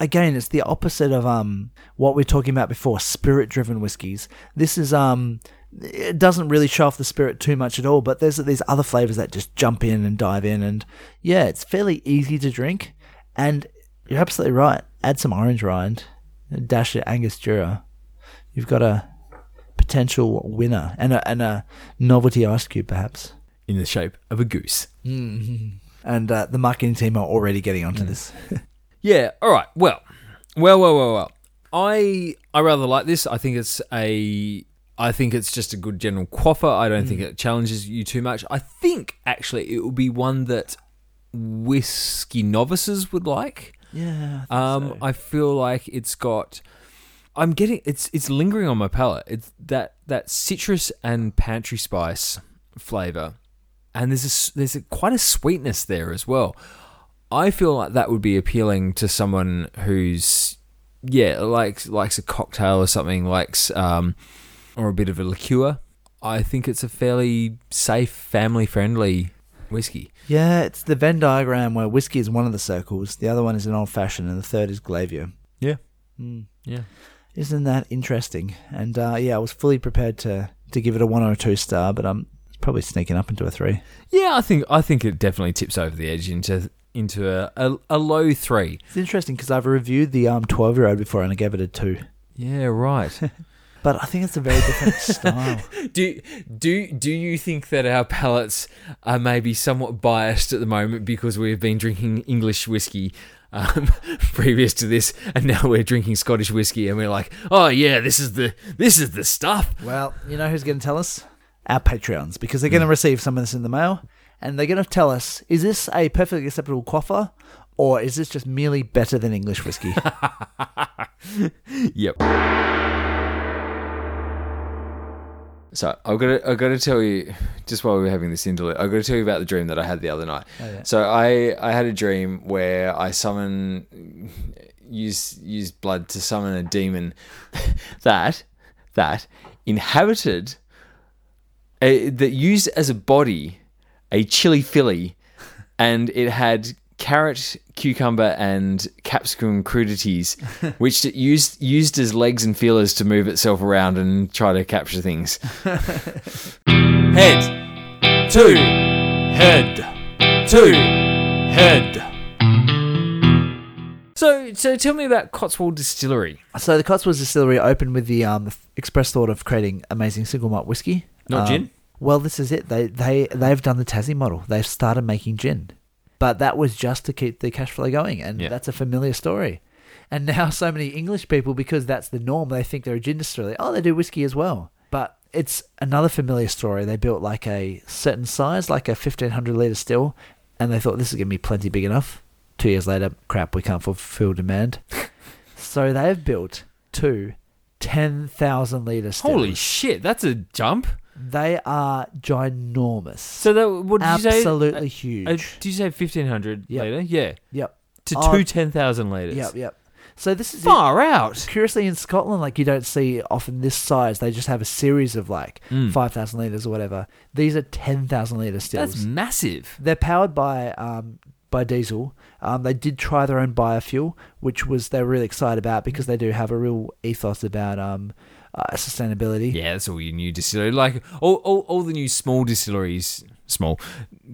[SPEAKER 3] again, it's the opposite of um what we are talking about before, spirit-driven whiskies. This is um. It doesn't really show off the spirit too much at all, but there's these other flavors that just jump in and dive in, and yeah, it's fairly easy to drink. And you're absolutely right. Add some orange rind, a dash of Angostura. You've got a potential winner and a, and a novelty ice cube, perhaps.
[SPEAKER 2] In the shape of a goose.
[SPEAKER 3] And uh, the marketing team are already getting onto this.
[SPEAKER 2] Yeah, alright. Well. Well, well, well, well. I I rather like this. I think it's a I think it's just a good general quaffer. I don't think it challenges you too much. I think actually it would be one that whiskey novices would like.
[SPEAKER 3] Yeah.
[SPEAKER 2] Um, I feel like it's got. I'm getting it's it's lingering on my palate. It's that that citrus and pantry spice flavor, and there's a s there's a, quite a sweetness there as well. I feel like that would be appealing to someone who's yeah likes likes a cocktail or something likes um or a bit of a liqueur. I think it's a fairly safe, family friendly whiskey.
[SPEAKER 3] Yeah, it's the Venn diagram where whiskey is one of the circles, the other one is an old fashioned, and the third is Glavio.
[SPEAKER 2] Yeah.
[SPEAKER 3] Mm.
[SPEAKER 2] Yeah.
[SPEAKER 3] Isn't that interesting? And uh, yeah, I was fully prepared to, to give it a one or a two star, but I'm probably sneaking up into a three.
[SPEAKER 2] Yeah, I think I think it definitely tips over the edge into into a, a, a low three.
[SPEAKER 3] It's interesting because I've reviewed the um twelve year old before and I gave it a two,
[SPEAKER 2] Yeah, right.
[SPEAKER 3] but I think it's a very different style.
[SPEAKER 2] do do do you think that our palates are maybe somewhat biased at the moment because we've been drinking English whiskey um, previous to this, and now we're drinking Scottish whiskey, and we're like, oh yeah, this is the this is the stuff.
[SPEAKER 3] Well, you know who's going to tell us? Our Patreons, because they're going
[SPEAKER 2] Hmm.
[SPEAKER 3] to receive some of this in the mail, and they're going to tell us: is this a perfectly acceptable quaffer, or is this just merely better than English whiskey?
[SPEAKER 2] Yep. So I've got to, I've got to tell you, just while we were having this interlude, I've got to tell you about the dream that I had the other night.
[SPEAKER 3] yeah.
[SPEAKER 2] So I, I had a dream where I summon, use use blood to summon a demon that that inhabited, a, that used as a body, a chili filly, and it had carrot, cucumber, and capsicum crudities, which it used used as legs and feelers to move itself around and try to capture things.
[SPEAKER 4] Head. Two. Head. Two. Head.
[SPEAKER 2] So, so tell me about Cotswold Distillery.
[SPEAKER 3] so the Cotswolds Distillery opened with the um, express thought of creating amazing single malt whiskey,
[SPEAKER 2] Not
[SPEAKER 3] Um,
[SPEAKER 2] gin?
[SPEAKER 3] Well, this is it. They they they've done the Tassie model. They've started making gin, but that was just to keep the cash flow going, and
[SPEAKER 2] Yeah.
[SPEAKER 3] that's a familiar story. And now so many English people, because that's the norm, they think they're a gin distillery. Oh, they do whiskey as well, but it's another familiar story. They built like a certain size, like a fifteen hundred liter still, and they thought this is gonna be plenty big enough. Two years later, crap, we can't fulfill demand. so they have built two 10,000 litre stills.
[SPEAKER 2] Holy shit, that's a jump.
[SPEAKER 3] They are ginormous.
[SPEAKER 2] So that what did
[SPEAKER 3] Absolutely
[SPEAKER 2] you say?
[SPEAKER 3] huge.
[SPEAKER 2] Uh, did you say fifteen hundred
[SPEAKER 3] Yep.
[SPEAKER 2] later? Yeah,
[SPEAKER 3] yep.
[SPEAKER 2] to
[SPEAKER 3] Oh.
[SPEAKER 2] two ten thousand liters.
[SPEAKER 3] Yep. Yep. So this is it.
[SPEAKER 2] Far out.
[SPEAKER 3] curiously in Scotland, like you don't see often this size. They just have a series of like
[SPEAKER 2] Mm.
[SPEAKER 3] five thousand liters or whatever. These are ten thousand liter stills.
[SPEAKER 2] That's massive.
[SPEAKER 3] They're powered by um, by diesel. Um, they did try their own biofuel, which was they were really excited about because
[SPEAKER 2] Mm.
[SPEAKER 3] they do have a real ethos about um, uh, sustainability.
[SPEAKER 2] Yeah, that's all your new distillery. Like all, all, all the new small distilleries, small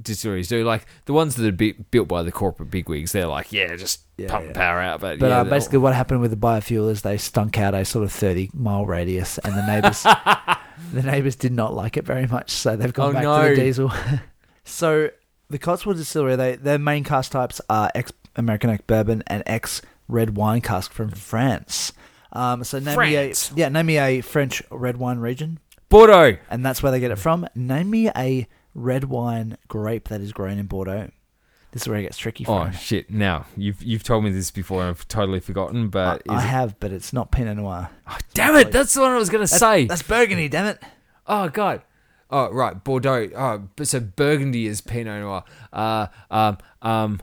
[SPEAKER 2] distilleries do. Like the ones that are bi- built by the corporate bigwigs, they're like, yeah, just
[SPEAKER 3] Yeah,
[SPEAKER 2] pump
[SPEAKER 3] yeah.
[SPEAKER 2] power out. But,
[SPEAKER 3] But
[SPEAKER 2] yeah,
[SPEAKER 3] uh,
[SPEAKER 2] they'll-
[SPEAKER 3] basically, what happened with the biofuel is they stunk out a sort of thirty mile radius, and the neighbors the neighbors did not like it very much, so they've gone
[SPEAKER 2] Oh,
[SPEAKER 3] back
[SPEAKER 2] no.
[SPEAKER 3] to the diesel. so the Cotswold Distillery, they their main cask types are ex American oak bourbon and ex red wine cask from France. Um, so name
[SPEAKER 2] France.
[SPEAKER 3] me a yeah, name me a French red wine region,
[SPEAKER 2] Bordeaux.
[SPEAKER 3] and that's where they get
[SPEAKER 2] Mm.
[SPEAKER 3] it from. Name me a red wine grape that is grown in Bordeaux. This is where it gets tricky.
[SPEAKER 2] Oh
[SPEAKER 3] For
[SPEAKER 2] shit! Now you've you've told me this before, and I've totally forgotten.
[SPEAKER 3] I,
[SPEAKER 2] But
[SPEAKER 3] I
[SPEAKER 2] uh, is it-
[SPEAKER 3] have, but it's not Pinot Noir.
[SPEAKER 2] damn it, that's the one I was gonna say.
[SPEAKER 3] That's Burgundy, damn it.
[SPEAKER 2] Oh god. Oh right, Bordeaux. Oh, but so Burgundy is Pinot Noir. Uh, um, um,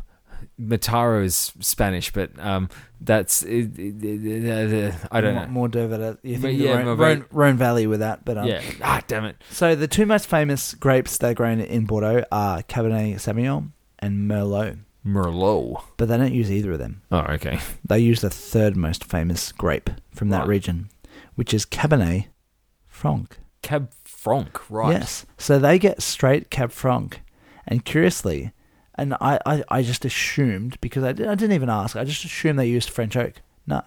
[SPEAKER 2] Mataro is Spanish, but um, that's it, it- it- it- I don't
[SPEAKER 3] more,
[SPEAKER 2] know.
[SPEAKER 3] more uh, Dover. You
[SPEAKER 2] But
[SPEAKER 3] think the
[SPEAKER 2] yeah,
[SPEAKER 3] Rhone,
[SPEAKER 2] Merlot.
[SPEAKER 3] Rhone, Rhone Valley with that, but um,
[SPEAKER 2] Yeah. Ah, damn it.
[SPEAKER 3] So the two most famous grapes that are grown in Bordeaux are Cabernet Sauvignon and Merlot,
[SPEAKER 2] Merlot.
[SPEAKER 3] but they don't use either of them.
[SPEAKER 2] Oh, okay.
[SPEAKER 3] They use the third most famous grape from that
[SPEAKER 2] Right.
[SPEAKER 3] region, which is Cabernet Franc.
[SPEAKER 2] Cab Franc, right?
[SPEAKER 3] Yes. So they get straight Cab Franc, and curiously, and I, I, I just assumed because I, did, I didn't even ask. I just assumed they used French oak. No,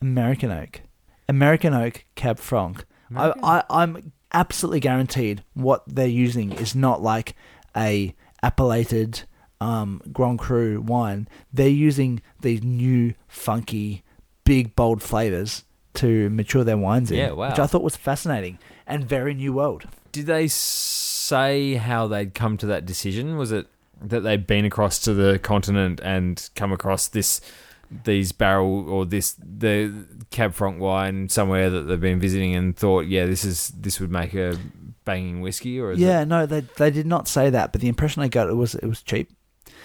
[SPEAKER 3] American oak, American oak Cab Franc. I, I I'm absolutely guaranteed what they're using is not like a appellated um, Grand Cru wine. They're using these new funky, big bold flavors to mature their wines in,
[SPEAKER 2] Yeah, wow.
[SPEAKER 3] which I thought was fascinating and very new world.
[SPEAKER 2] Did they say how they'd come to that decision? Was it that they'd been across to the continent and come across this these barrel or this the Cab Franc wine somewhere that they've been visiting and thought, yeah, this is this would make a banging whiskey or is
[SPEAKER 3] yeah,
[SPEAKER 2] it,
[SPEAKER 3] no, they they did not say that, but the impression I got was it was cheap,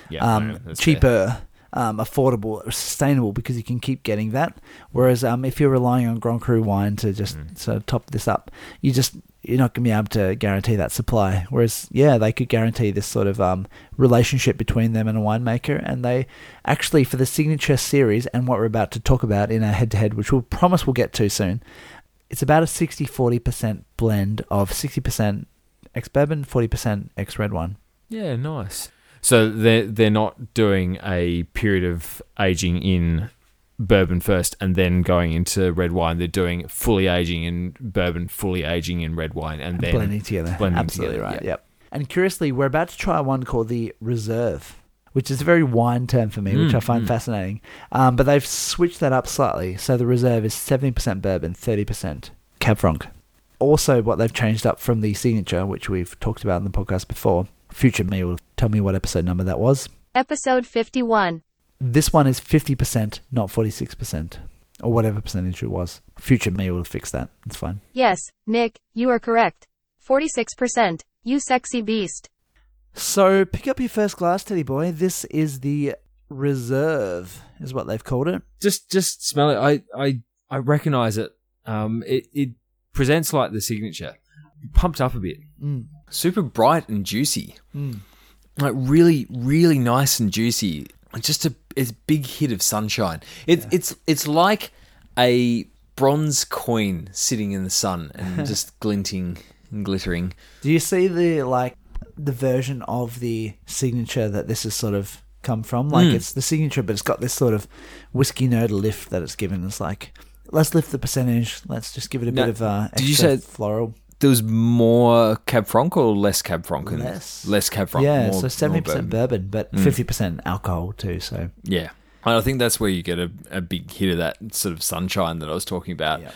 [SPEAKER 2] yeah, no,
[SPEAKER 3] um,
[SPEAKER 2] that's fair.
[SPEAKER 3] cheaper, um, affordable, sustainable because you can keep getting that. Whereas um, if you're relying on Grand Cru wine to just
[SPEAKER 2] Mm.
[SPEAKER 3] sort of top this up, you just you're not going to be able to guarantee that supply. Whereas yeah, they could guarantee this sort of um, relationship between them and a winemaker, and they actually for the signature series and what we're about to talk about in our head-to-head, which we'll promise we'll get to soon. It's about a 60-40% blend of 60% ex-bourbon, 40% ex-red wine.
[SPEAKER 6] Yeah, nice. So they're they're not doing a period of aging in bourbon first and then going into red wine. They're doing fully aging in bourbon, fully aging in red wine, and then
[SPEAKER 3] blending together.
[SPEAKER 6] blending
[SPEAKER 3] Absolutely
[SPEAKER 6] together,
[SPEAKER 3] right. Yep. And curiously, we're about to try one called the Reserve, which is a very wine term for me, which
[SPEAKER 6] Mm,
[SPEAKER 3] I find fascinating. Um, but they've switched that up slightly. So the Reserve is 70% bourbon, 30% Cab Franc. Also, what they've changed up from the signature, which we've talked about in the podcast before, future me will tell me what episode number that was.
[SPEAKER 5] Episode 51.
[SPEAKER 3] This one is 50%, not 46%, or whatever percentage it was. Future me will fix that. It's fine.
[SPEAKER 5] Yes, Nick, you are correct. 46%. You sexy beast.
[SPEAKER 3] So pick up your first glass, Teddy boy. This is the reserve, is what they've called it.
[SPEAKER 6] just just smell it. I I I recognize it. Um, it it presents like the signature, pumped up a bit,
[SPEAKER 3] Mm.
[SPEAKER 2] Super bright and juicy.
[SPEAKER 3] Mm.
[SPEAKER 2] Like really, really nice and juicy. Just a it's a big hit of sunshine. It, It's it's like a bronze coin sitting in the sun and just glinting and glittering.
[SPEAKER 3] Do you see the like the version of the signature that this has sort of come from?
[SPEAKER 2] Hmm.
[SPEAKER 3] Like it's the signature, but it's got this sort of whiskey nerd lift that it's given. It's like let's lift the percentage. Let's just give it a
[SPEAKER 2] Now,
[SPEAKER 3] bit of uh,
[SPEAKER 2] did you
[SPEAKER 3] extra
[SPEAKER 2] say-
[SPEAKER 3] floral?
[SPEAKER 2] There was more Cab Franc or less Cab Franc? in-
[SPEAKER 3] Less.
[SPEAKER 2] Less Cab Franc.
[SPEAKER 3] yeah,
[SPEAKER 2] more-
[SPEAKER 3] so
[SPEAKER 2] more
[SPEAKER 3] seventy percent
[SPEAKER 2] bourbon. Hmm.
[SPEAKER 3] bourbon, but fifty percent alcohol too. So
[SPEAKER 2] Yeah. And I think that's where you get a, a big hit of that sort of sunshine that I was talking about.
[SPEAKER 3] Yep.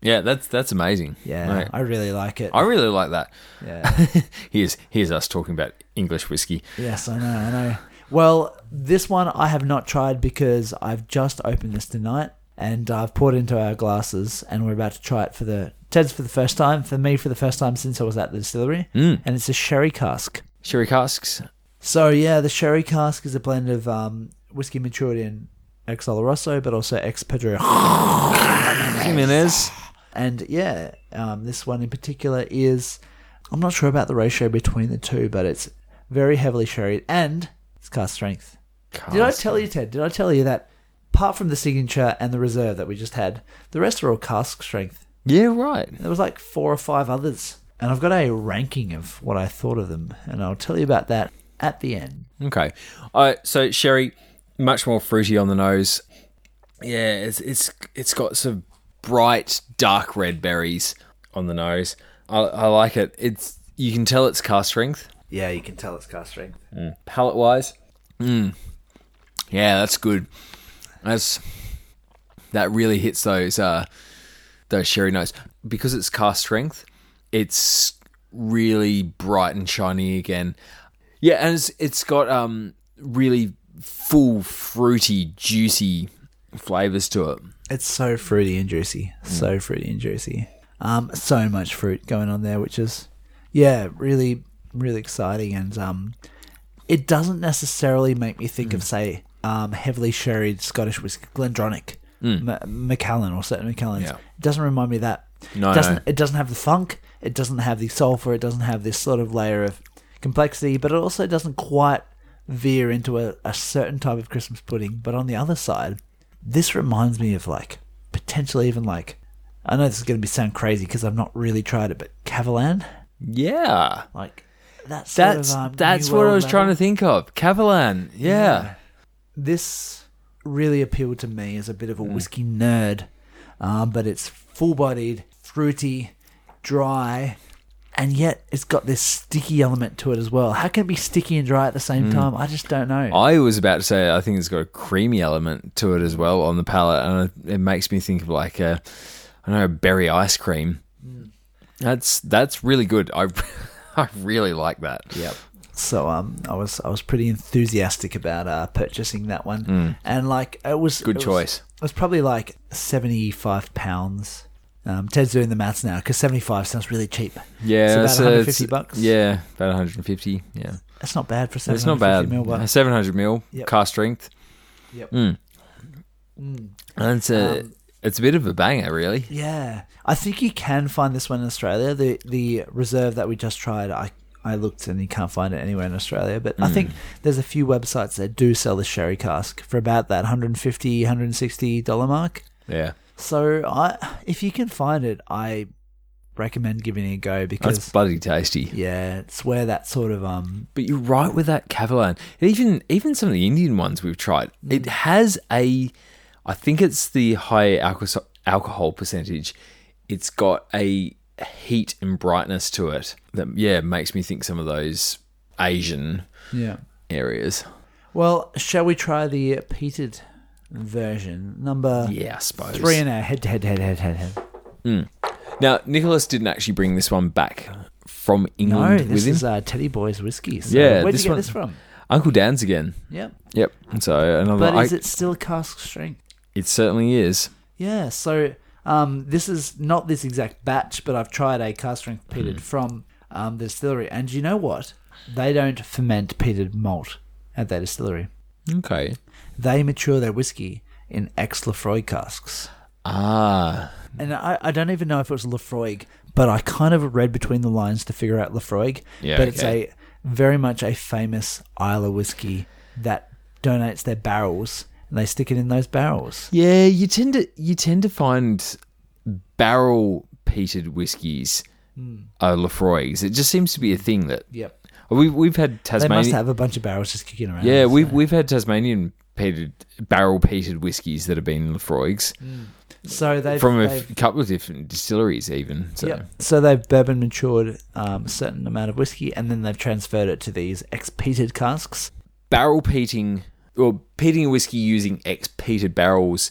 [SPEAKER 2] Yeah, that's that's amazing.
[SPEAKER 3] yeah,
[SPEAKER 2] Like,
[SPEAKER 3] I really like it.
[SPEAKER 2] I really like that.
[SPEAKER 3] yeah.
[SPEAKER 2] here's here's us talking about English whiskey.
[SPEAKER 3] Yes, I know, I know. Well, this one I have not tried because I've just opened this tonight and I've poured it into our glasses and we're about to try it for the Ted's for the first time, for me for the first time since I was at the distillery.
[SPEAKER 2] Mm.
[SPEAKER 3] And it's a sherry cask.
[SPEAKER 2] Sherry casks.
[SPEAKER 3] So yeah, the sherry cask is a blend of um, whiskey matured in ex Oloroso, but also ex Pedro.
[SPEAKER 6] Jimenez.
[SPEAKER 3] And yeah, um, this one in particular is I'm not sure about the ratio between the two, but it's very heavily sherry and it's cask strength. Did I tell you, Ted? Did I tell you that apart from the signature and the reserve that we just had, the rest are all cask strength?
[SPEAKER 2] Yeah, right.
[SPEAKER 3] There was like four or five others, and I've got a ranking of what I thought of them, and I'll tell you about that at the end.
[SPEAKER 2] Okay. Uh, so sherry, much more fruity on the nose. Yeah, it's it's it's got some bright dark red berries on the nose. I, I like it. It's you can tell it's car strength
[SPEAKER 3] Yeah, you can tell it's cask strength.
[SPEAKER 2] palate wise. Hmm. Yeah, that's good. That's that really hits those uh those sherry notes because it's cast strength. It's really bright and shiny again. Yeah, and it's it's got um really full fruity, juicy flavors to it.
[SPEAKER 3] It's so fruity and juicy, so fruity and juicy. Um, so much fruit going on there, which is yeah, really, really exciting, and um, it doesn't necessarily make me think of say um, heavily sherried Scottish whiskey, Glendronach, M- Macallan, or certain Macallans.
[SPEAKER 2] Yeah.
[SPEAKER 3] It doesn't remind me of that.
[SPEAKER 2] No,
[SPEAKER 3] it doesn't
[SPEAKER 2] no.
[SPEAKER 3] it doesn't have the funk. It doesn't have the sulfur. It doesn't have this sort of layer of complexity, but it also doesn't quite veer into a, a certain type of Christmas pudding. But on the other side, this reminds me of like potentially even like I know this is going to be sound crazy because I've not really tried it, but Cavalan,
[SPEAKER 2] Yeah.
[SPEAKER 3] like that sort
[SPEAKER 2] That's
[SPEAKER 3] of, um,
[SPEAKER 2] that's
[SPEAKER 3] New
[SPEAKER 2] what I
[SPEAKER 3] World
[SPEAKER 2] was trying
[SPEAKER 3] level.
[SPEAKER 2] to think of. Cavalan. Yeah.
[SPEAKER 3] this really appealed to me as a bit of a
[SPEAKER 2] Mm.
[SPEAKER 3] whiskey nerd, um, but it's full bodied, fruity, dry, and yet it's got this sticky element to it as well. How can it be sticky and dry at the same time? I just don't know.
[SPEAKER 2] Mm. I was about to say I think it's got a creamy element to it as well on the palate, and it- it makes me think of like a, I don't know, berry ice cream.
[SPEAKER 3] Mm.
[SPEAKER 2] That's that's really good. I I really like that.
[SPEAKER 3] Yep. So um, I was I was pretty enthusiastic about uh, purchasing that one, and like it was
[SPEAKER 2] Mm. Good
[SPEAKER 3] it was-
[SPEAKER 2] choice.
[SPEAKER 3] it was probably like seventy five pounds. Um, Ted's doing the maths now because seventy five sounds really cheap.
[SPEAKER 2] Yeah,
[SPEAKER 3] it's about
[SPEAKER 2] so
[SPEAKER 3] one hundred
[SPEAKER 2] it's-
[SPEAKER 3] fifty bucks.
[SPEAKER 2] Yeah, about 150. Yeah,
[SPEAKER 3] that's not bad for seven
[SPEAKER 2] it's not
[SPEAKER 3] hundred
[SPEAKER 2] bad.
[SPEAKER 3] fifty mil. bucks.
[SPEAKER 2] 700 mil
[SPEAKER 3] Yep.
[SPEAKER 2] car strength.
[SPEAKER 3] Yep. Mm.
[SPEAKER 2] And it's a,
[SPEAKER 3] Um,
[SPEAKER 2] it's a bit of a banger, really.
[SPEAKER 3] Yeah, I think you can find this one in Australia. The the reserve that we just tried, I I looked and you can't find it anywhere in Australia. But I think there's a few websites that do sell the sherry cask for about that 150 160 dollar mark.
[SPEAKER 2] Yeah.
[SPEAKER 3] So I, if you can find it, I recommend giving it a go
[SPEAKER 2] That's
[SPEAKER 3] because
[SPEAKER 2] bloody tasty.
[SPEAKER 3] yeah, it's where that sort of um
[SPEAKER 2] But you're right with that Cavalan. Even even some of the Indian ones we've tried,
[SPEAKER 3] Mm.
[SPEAKER 2] it has a, I think it's the high alcohol alcohol percentage. It's got a heat and brightness to it that yeah makes me think some of those Asian
[SPEAKER 3] yeah.
[SPEAKER 2] areas.
[SPEAKER 3] Well, shall we try the peated version number
[SPEAKER 2] Yeah, I suppose.
[SPEAKER 3] three in our head to head head head head head.
[SPEAKER 2] now Nicholas didn't actually bring this one back from
[SPEAKER 3] No,
[SPEAKER 2] England
[SPEAKER 3] this
[SPEAKER 2] with him.
[SPEAKER 3] is uh, Teddy Boy's whiskey. So
[SPEAKER 2] Yeah,
[SPEAKER 3] where'd
[SPEAKER 2] this
[SPEAKER 3] you get
[SPEAKER 2] one-
[SPEAKER 3] this from?
[SPEAKER 2] Uncle Dan's again.
[SPEAKER 3] Yeah,
[SPEAKER 2] Yep. So another.
[SPEAKER 3] but
[SPEAKER 2] I-
[SPEAKER 3] is it still cask strength?
[SPEAKER 2] it certainly is.
[SPEAKER 3] Yeah, so um, this is not this exact batch, but I've tried a cask strength peated from um, the distillery, and you know what? They don't ferment peated malt at their distillery.
[SPEAKER 2] Okay.
[SPEAKER 3] They mature their whiskey in ex Lefroy casks.
[SPEAKER 2] Ah.
[SPEAKER 3] And I, I don't even know if it was Lefroy, but I kind of read between the lines to figure out Lefroy.
[SPEAKER 2] Yeah,
[SPEAKER 3] but it's
[SPEAKER 2] okay.
[SPEAKER 3] a very much a famous Isla whiskey that donates their barrels and they stick it in those barrels.
[SPEAKER 2] Yeah, you tend to you tend to find barrel peated whiskies
[SPEAKER 3] Hmm.
[SPEAKER 2] are Lefroy's. It just seems to be a thing that
[SPEAKER 3] Yep.
[SPEAKER 2] we've we've had
[SPEAKER 3] They
[SPEAKER 2] Tasmanian.
[SPEAKER 3] must have a bunch of barrels just kicking around.
[SPEAKER 2] yeah,
[SPEAKER 3] so-
[SPEAKER 2] we've we've had Tasmanian peated barrel peated whiskies that have been Lefroy's
[SPEAKER 3] so they've
[SPEAKER 2] from a
[SPEAKER 3] they've-
[SPEAKER 2] f- couple of different distilleries even. So
[SPEAKER 3] Yep. So they've bourbon matured um, a certain amount of whiskey, and then they've transferred it to these ex-peated casks.
[SPEAKER 2] barrel peating or peating a whiskey using ex peated barrels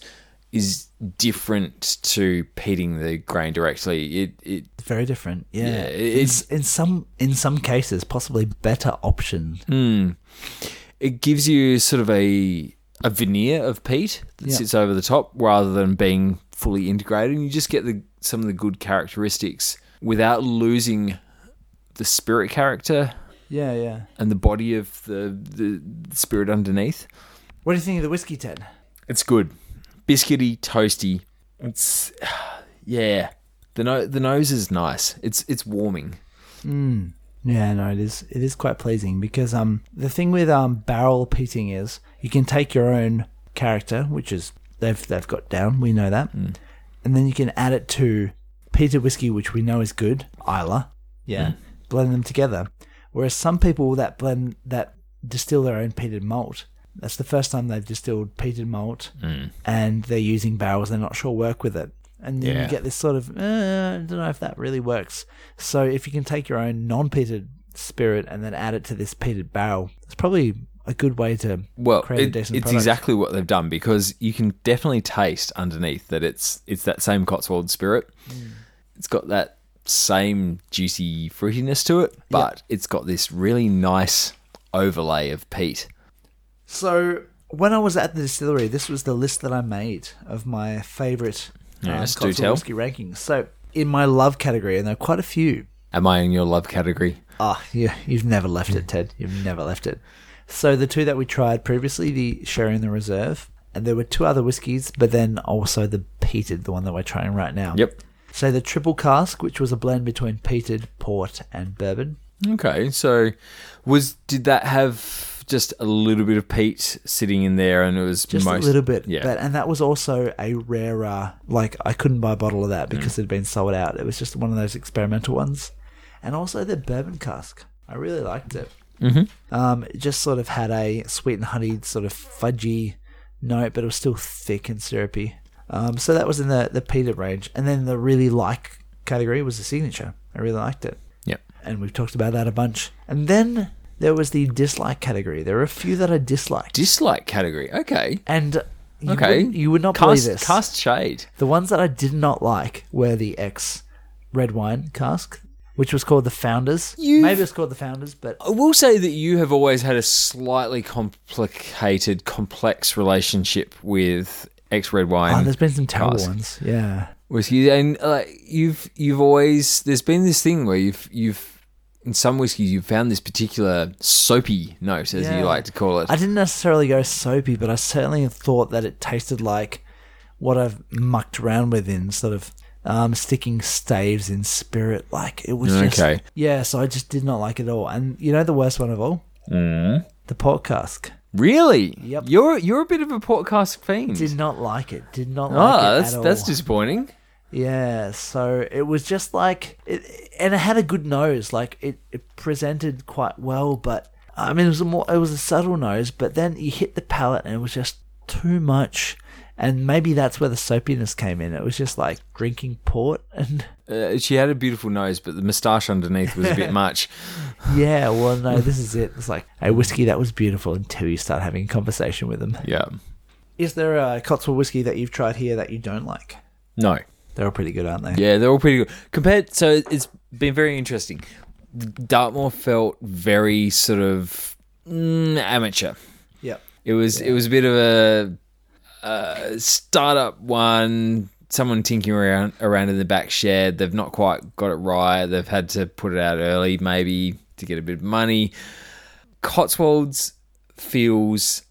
[SPEAKER 2] is different to peating the grain directly. It it
[SPEAKER 3] It's very different. Yeah,
[SPEAKER 2] Yeah, it-
[SPEAKER 3] In s- in some in some cases possibly better option.
[SPEAKER 2] Hmm. it gives you sort of a a veneer of peat that
[SPEAKER 3] Yeah.
[SPEAKER 2] sits over the top rather than being fully integrated and you just get the some of the good characteristics without losing the spirit character
[SPEAKER 3] Yeah, yeah.
[SPEAKER 2] and the body of the the spirit underneath
[SPEAKER 3] What do you think of the whiskey, Ted?
[SPEAKER 2] it's good biscuity toasty it's yeah the no- the nose is nice it's it's warming
[SPEAKER 3] Yeah, no, it is. It is quite pleasing because um, the thing with um barrel peating is you can take your own character, which is they've they've got down. We know that, and then you can add it to peated whiskey, which we know is good. Isla, yeah, blend them together. Whereas some people that blend that distill their own peated malt. That's the first time they've distilled peated malt,
[SPEAKER 2] Mm.
[SPEAKER 3] and they're using barrels they're not sure work with it. And then
[SPEAKER 2] Yeah.
[SPEAKER 3] you get this sort of, eh, I don't know if that really works. So if you can take your own non-peated spirit and then add it to this peated barrel, it's probably a good way to
[SPEAKER 2] well
[SPEAKER 3] create a
[SPEAKER 2] it- it's
[SPEAKER 3] decent product.
[SPEAKER 2] exactly what they've done because you can definitely taste underneath that it's it's that same cotswold spirit
[SPEAKER 3] Hmm.
[SPEAKER 2] it's got that same juicy fruitiness to it but it's got this really nice overlay of peat
[SPEAKER 3] So when I was at the distillery, this was the list that I made of my favorite
[SPEAKER 2] Yes, do
[SPEAKER 3] Cotswold
[SPEAKER 2] tell.
[SPEAKER 3] whiskey rankings. So in my love category, and there are quite a few.
[SPEAKER 2] am i in your love category
[SPEAKER 3] Ah, you, you've never left it, Ted. You've never left it. So the two that we tried previously, the Sherry and the Reserve, and there were two other whiskies, but then also the peated, the one that we're trying right now.
[SPEAKER 2] yep
[SPEAKER 3] So the triple cask, which was a blend between peated, port, and bourbon.
[SPEAKER 2] okay so was did that have just a little bit of peat sitting in there and it was
[SPEAKER 3] Just
[SPEAKER 2] most,
[SPEAKER 3] a little bit.
[SPEAKER 2] yeah
[SPEAKER 3] But, and that was also a rare, uh, like, I couldn't buy a bottle of
[SPEAKER 2] Mm.
[SPEAKER 3] that because it had been sold out. It was just one of those experimental ones. And also the bourbon cask. I really liked it. Mm-hmm. Um, it just sort of had a sweet and honeyed, sort of fudgy note, but it was still thick and syrupy. Um, so that was in the, the peated range. And then the really like category was the signature. I really liked it.
[SPEAKER 2] yep
[SPEAKER 3] And we've talked about that a bunch. And then there was the dislike category. There were a few that I disliked.
[SPEAKER 2] dislike category okay
[SPEAKER 3] And you,
[SPEAKER 2] okay
[SPEAKER 3] wouldn't- you would not
[SPEAKER 2] cast,
[SPEAKER 3] believe this.
[SPEAKER 2] cast shade
[SPEAKER 3] The ones that I did not like were the X red wine cask, which was called the Founders.
[SPEAKER 2] You've-
[SPEAKER 3] Maybe it's called the Founders, but oh,
[SPEAKER 2] I will say that you have always had a slightly complicated, complex relationship with ex red
[SPEAKER 3] oh,
[SPEAKER 2] wine
[SPEAKER 3] there's been some terrible
[SPEAKER 2] cask
[SPEAKER 3] ones. Yeah.
[SPEAKER 2] whiskey, and like you've you've always there's been this thing where you've you've in some whiskies you found this particular soapy note, as
[SPEAKER 3] Yeah.
[SPEAKER 2] you like to call it.
[SPEAKER 3] I didn't necessarily go soapy, but I certainly thought that it tasted like what I've mucked around with in sort of um, sticking staves in spirit. Like it was just
[SPEAKER 2] Okay.
[SPEAKER 3] yeah. So I just did not like it at all. And you know the worst one of all, the port cask.
[SPEAKER 2] really?
[SPEAKER 3] Yep.
[SPEAKER 2] You're you're a bit of a podcast fiend.
[SPEAKER 3] Did not like it. Did not like
[SPEAKER 2] Hmm. Ah,
[SPEAKER 3] it
[SPEAKER 2] that's
[SPEAKER 3] at all.
[SPEAKER 2] that's disappointing.
[SPEAKER 3] Yeah, so it was just like, it, and it had a good nose. Like it, it presented quite well, but I mean, it was a more, it was a subtle nose. But then you hit the palate, and it was just too much. And maybe that's where the soapiness came in. It was just like drinking port, and
[SPEAKER 2] Uh, she had a beautiful nose, but the moustache underneath was a bit much.
[SPEAKER 3] yeah, well, no, this is it. It's like a whiskey that was beautiful until you start having a conversation with them.
[SPEAKER 2] Yeah.
[SPEAKER 3] Is there a Cotswold whiskey that you've tried here that you don't like?
[SPEAKER 2] No.
[SPEAKER 3] They're all pretty good, aren't they?
[SPEAKER 2] Yeah, they're all pretty good. Compared, so it's been very interesting. Dartmoor felt very sort of mm, amateur.
[SPEAKER 3] Yep.
[SPEAKER 2] It was it was a bit of a, a startup one. Someone tinkering around around in the back shed. They've not quite got it right. They've had to put it out early, maybe to get a bit of money. Cotswolds feels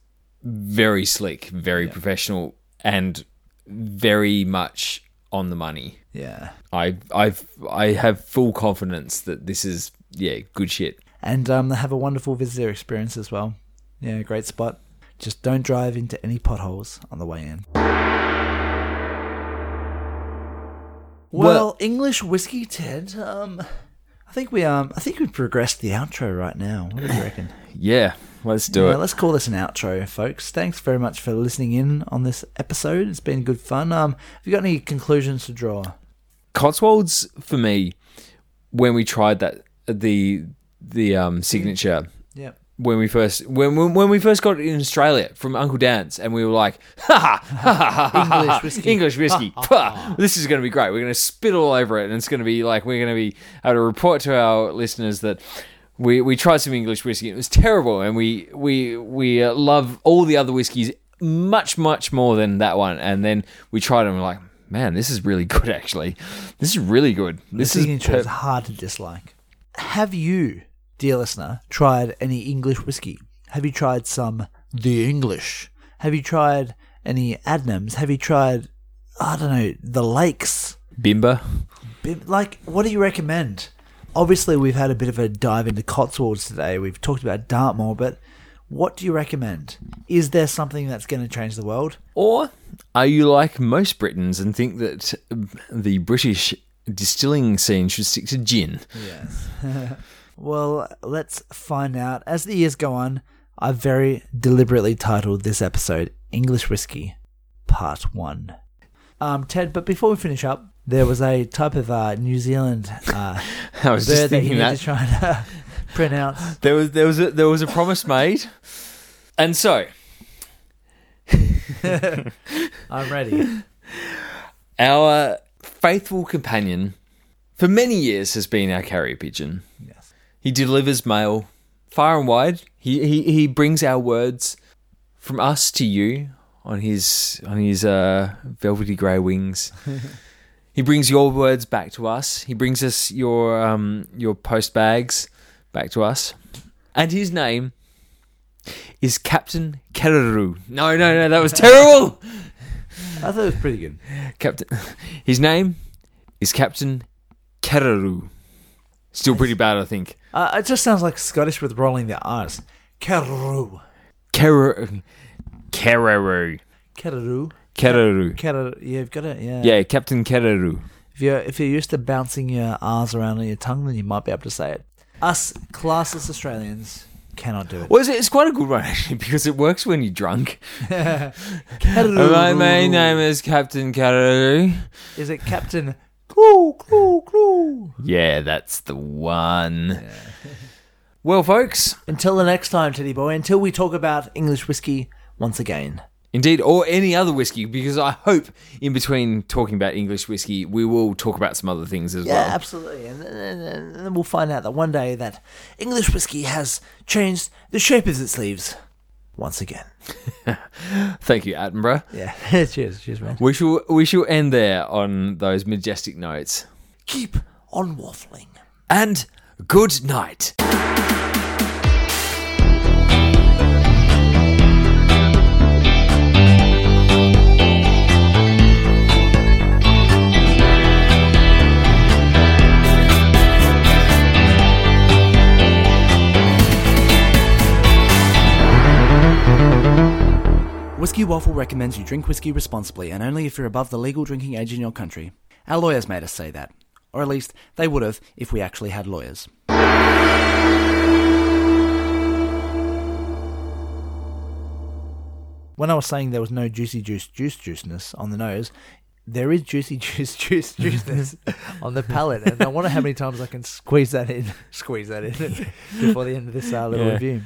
[SPEAKER 2] very slick, very professional, and very much on the money.
[SPEAKER 3] Yeah.
[SPEAKER 2] I I I have full confidence that this is yeah good shit.
[SPEAKER 3] and um, they have a wonderful visitor experience as well. Yeah, great spot. Just don't drive into any potholes on the way in. Well, English whiskey, Ted. Um, I think we um, I think we've progressed the outro right now. What do you reckon?
[SPEAKER 2] Yeah, let's do
[SPEAKER 3] Yeah,
[SPEAKER 2] it.
[SPEAKER 3] let's call this an outro, folks. Thanks very much for listening in on this episode. It's been good fun. Um, have you got any conclusions to draw?
[SPEAKER 2] Cotswolds for me when we tried that the the um signature
[SPEAKER 3] Yep.
[SPEAKER 2] when we first when when, when we first got it in Australia from Uncle Dan's and we were like ha ha ha ha, ha ha
[SPEAKER 3] English
[SPEAKER 2] ha,
[SPEAKER 3] whiskey.
[SPEAKER 2] English whiskey Pah, this is going to be great we're going to spit all over it and it's going to be like we're going to be able to report to our listeners that we we tried some English whiskey and it was terrible and we we we uh, love all the other whiskeys much much more than that one and then we tried it and we're like man this is really good actually this is really good this is
[SPEAKER 3] signature is
[SPEAKER 2] per-
[SPEAKER 3] hard to dislike. Have you, dear listener, tried any English whiskey? Have you tried some The English? Have you tried any Adnams? Have you tried, I don't know, The Lakes?
[SPEAKER 2] bimba
[SPEAKER 3] Bit- Like, what do you recommend? Obviously, we've had a bit of a dive into Cotswolds today. We've talked about Dartmoor, but what do you recommend? Is there something that's going to change the world?
[SPEAKER 2] Or are you like most Britons and think that the British distilling scene should stick to gin?
[SPEAKER 3] Yes. well, let's find out. As the years go on, I've very deliberately titled this episode English Whiskey Part 1. Um, Ted, but before we finish up, there was a type of uh, New Zealand uh,
[SPEAKER 2] I was
[SPEAKER 3] bird
[SPEAKER 2] just
[SPEAKER 3] that you need
[SPEAKER 2] thinking that
[SPEAKER 3] to try and uh, pronounce.
[SPEAKER 2] there was there was a, there was a promise made, and so
[SPEAKER 3] I'm ready.
[SPEAKER 2] our faithful companion for many years has been our carrier pigeon.
[SPEAKER 3] Yes.
[SPEAKER 2] He delivers mail far and wide. He he, he brings our words from us to you on his on his uh, velvety grey wings. he brings your words back to us. He brings us your um, your post bags back to us, and his name is Captain Kereru. No, no, no, that was terrible.
[SPEAKER 3] I thought it was pretty good.
[SPEAKER 2] Captain. His name is Captain Kereru. Still pretty bad, I think.
[SPEAKER 3] Uh, it just sounds like Scottish with rolling the R's. Keru.
[SPEAKER 2] Kereru. Kereru.
[SPEAKER 3] Keru.
[SPEAKER 2] Kereru.
[SPEAKER 3] Keru. Yeah, you've got it. Yeah.
[SPEAKER 2] Yeah, Captain Kereru.
[SPEAKER 3] If you're if you're used to bouncing your R's around on your tongue, then you might be able to say it. Us classless Australians cannot do it.
[SPEAKER 2] Well, it's, it's quite a good one, actually, because it works when you're drunk. My main name is Captain Kereru.
[SPEAKER 3] Is it Captain Clue Clue Clue?
[SPEAKER 2] Yeah, that's the one. well, folks,
[SPEAKER 3] Until the next time, Teddy boy. Until we talk about English whiskey once again.
[SPEAKER 2] Indeed, or any other whiskey, because I hope in between talking about English whiskey, we will talk about some other things as
[SPEAKER 3] Yeah,
[SPEAKER 2] well.
[SPEAKER 3] absolutely. And then, and then- and then we'll find out that one day that English whiskey has changed the shape of its leaves once again.
[SPEAKER 2] Thank you, Attenborough.
[SPEAKER 3] Yeah. cheers, cheers, man.
[SPEAKER 2] We shall we shall end there on those majestic notes.
[SPEAKER 3] Keep on waffling.
[SPEAKER 2] And
[SPEAKER 4] Good night.
[SPEAKER 1] Whiskey Waffle recommends you drink whiskey responsibly and only if you're above the legal drinking age in your country. Our lawyers made us say that. Or at least, they would have if we actually had lawyers.
[SPEAKER 3] When I was saying there was no juicy juice juice juiceness on the nose, there is juicy juice juice juiceness on the palate, and I wonder how many times I can squeeze that in, squeeze that in before the end of this uh, little
[SPEAKER 2] Yeah.
[SPEAKER 3] review.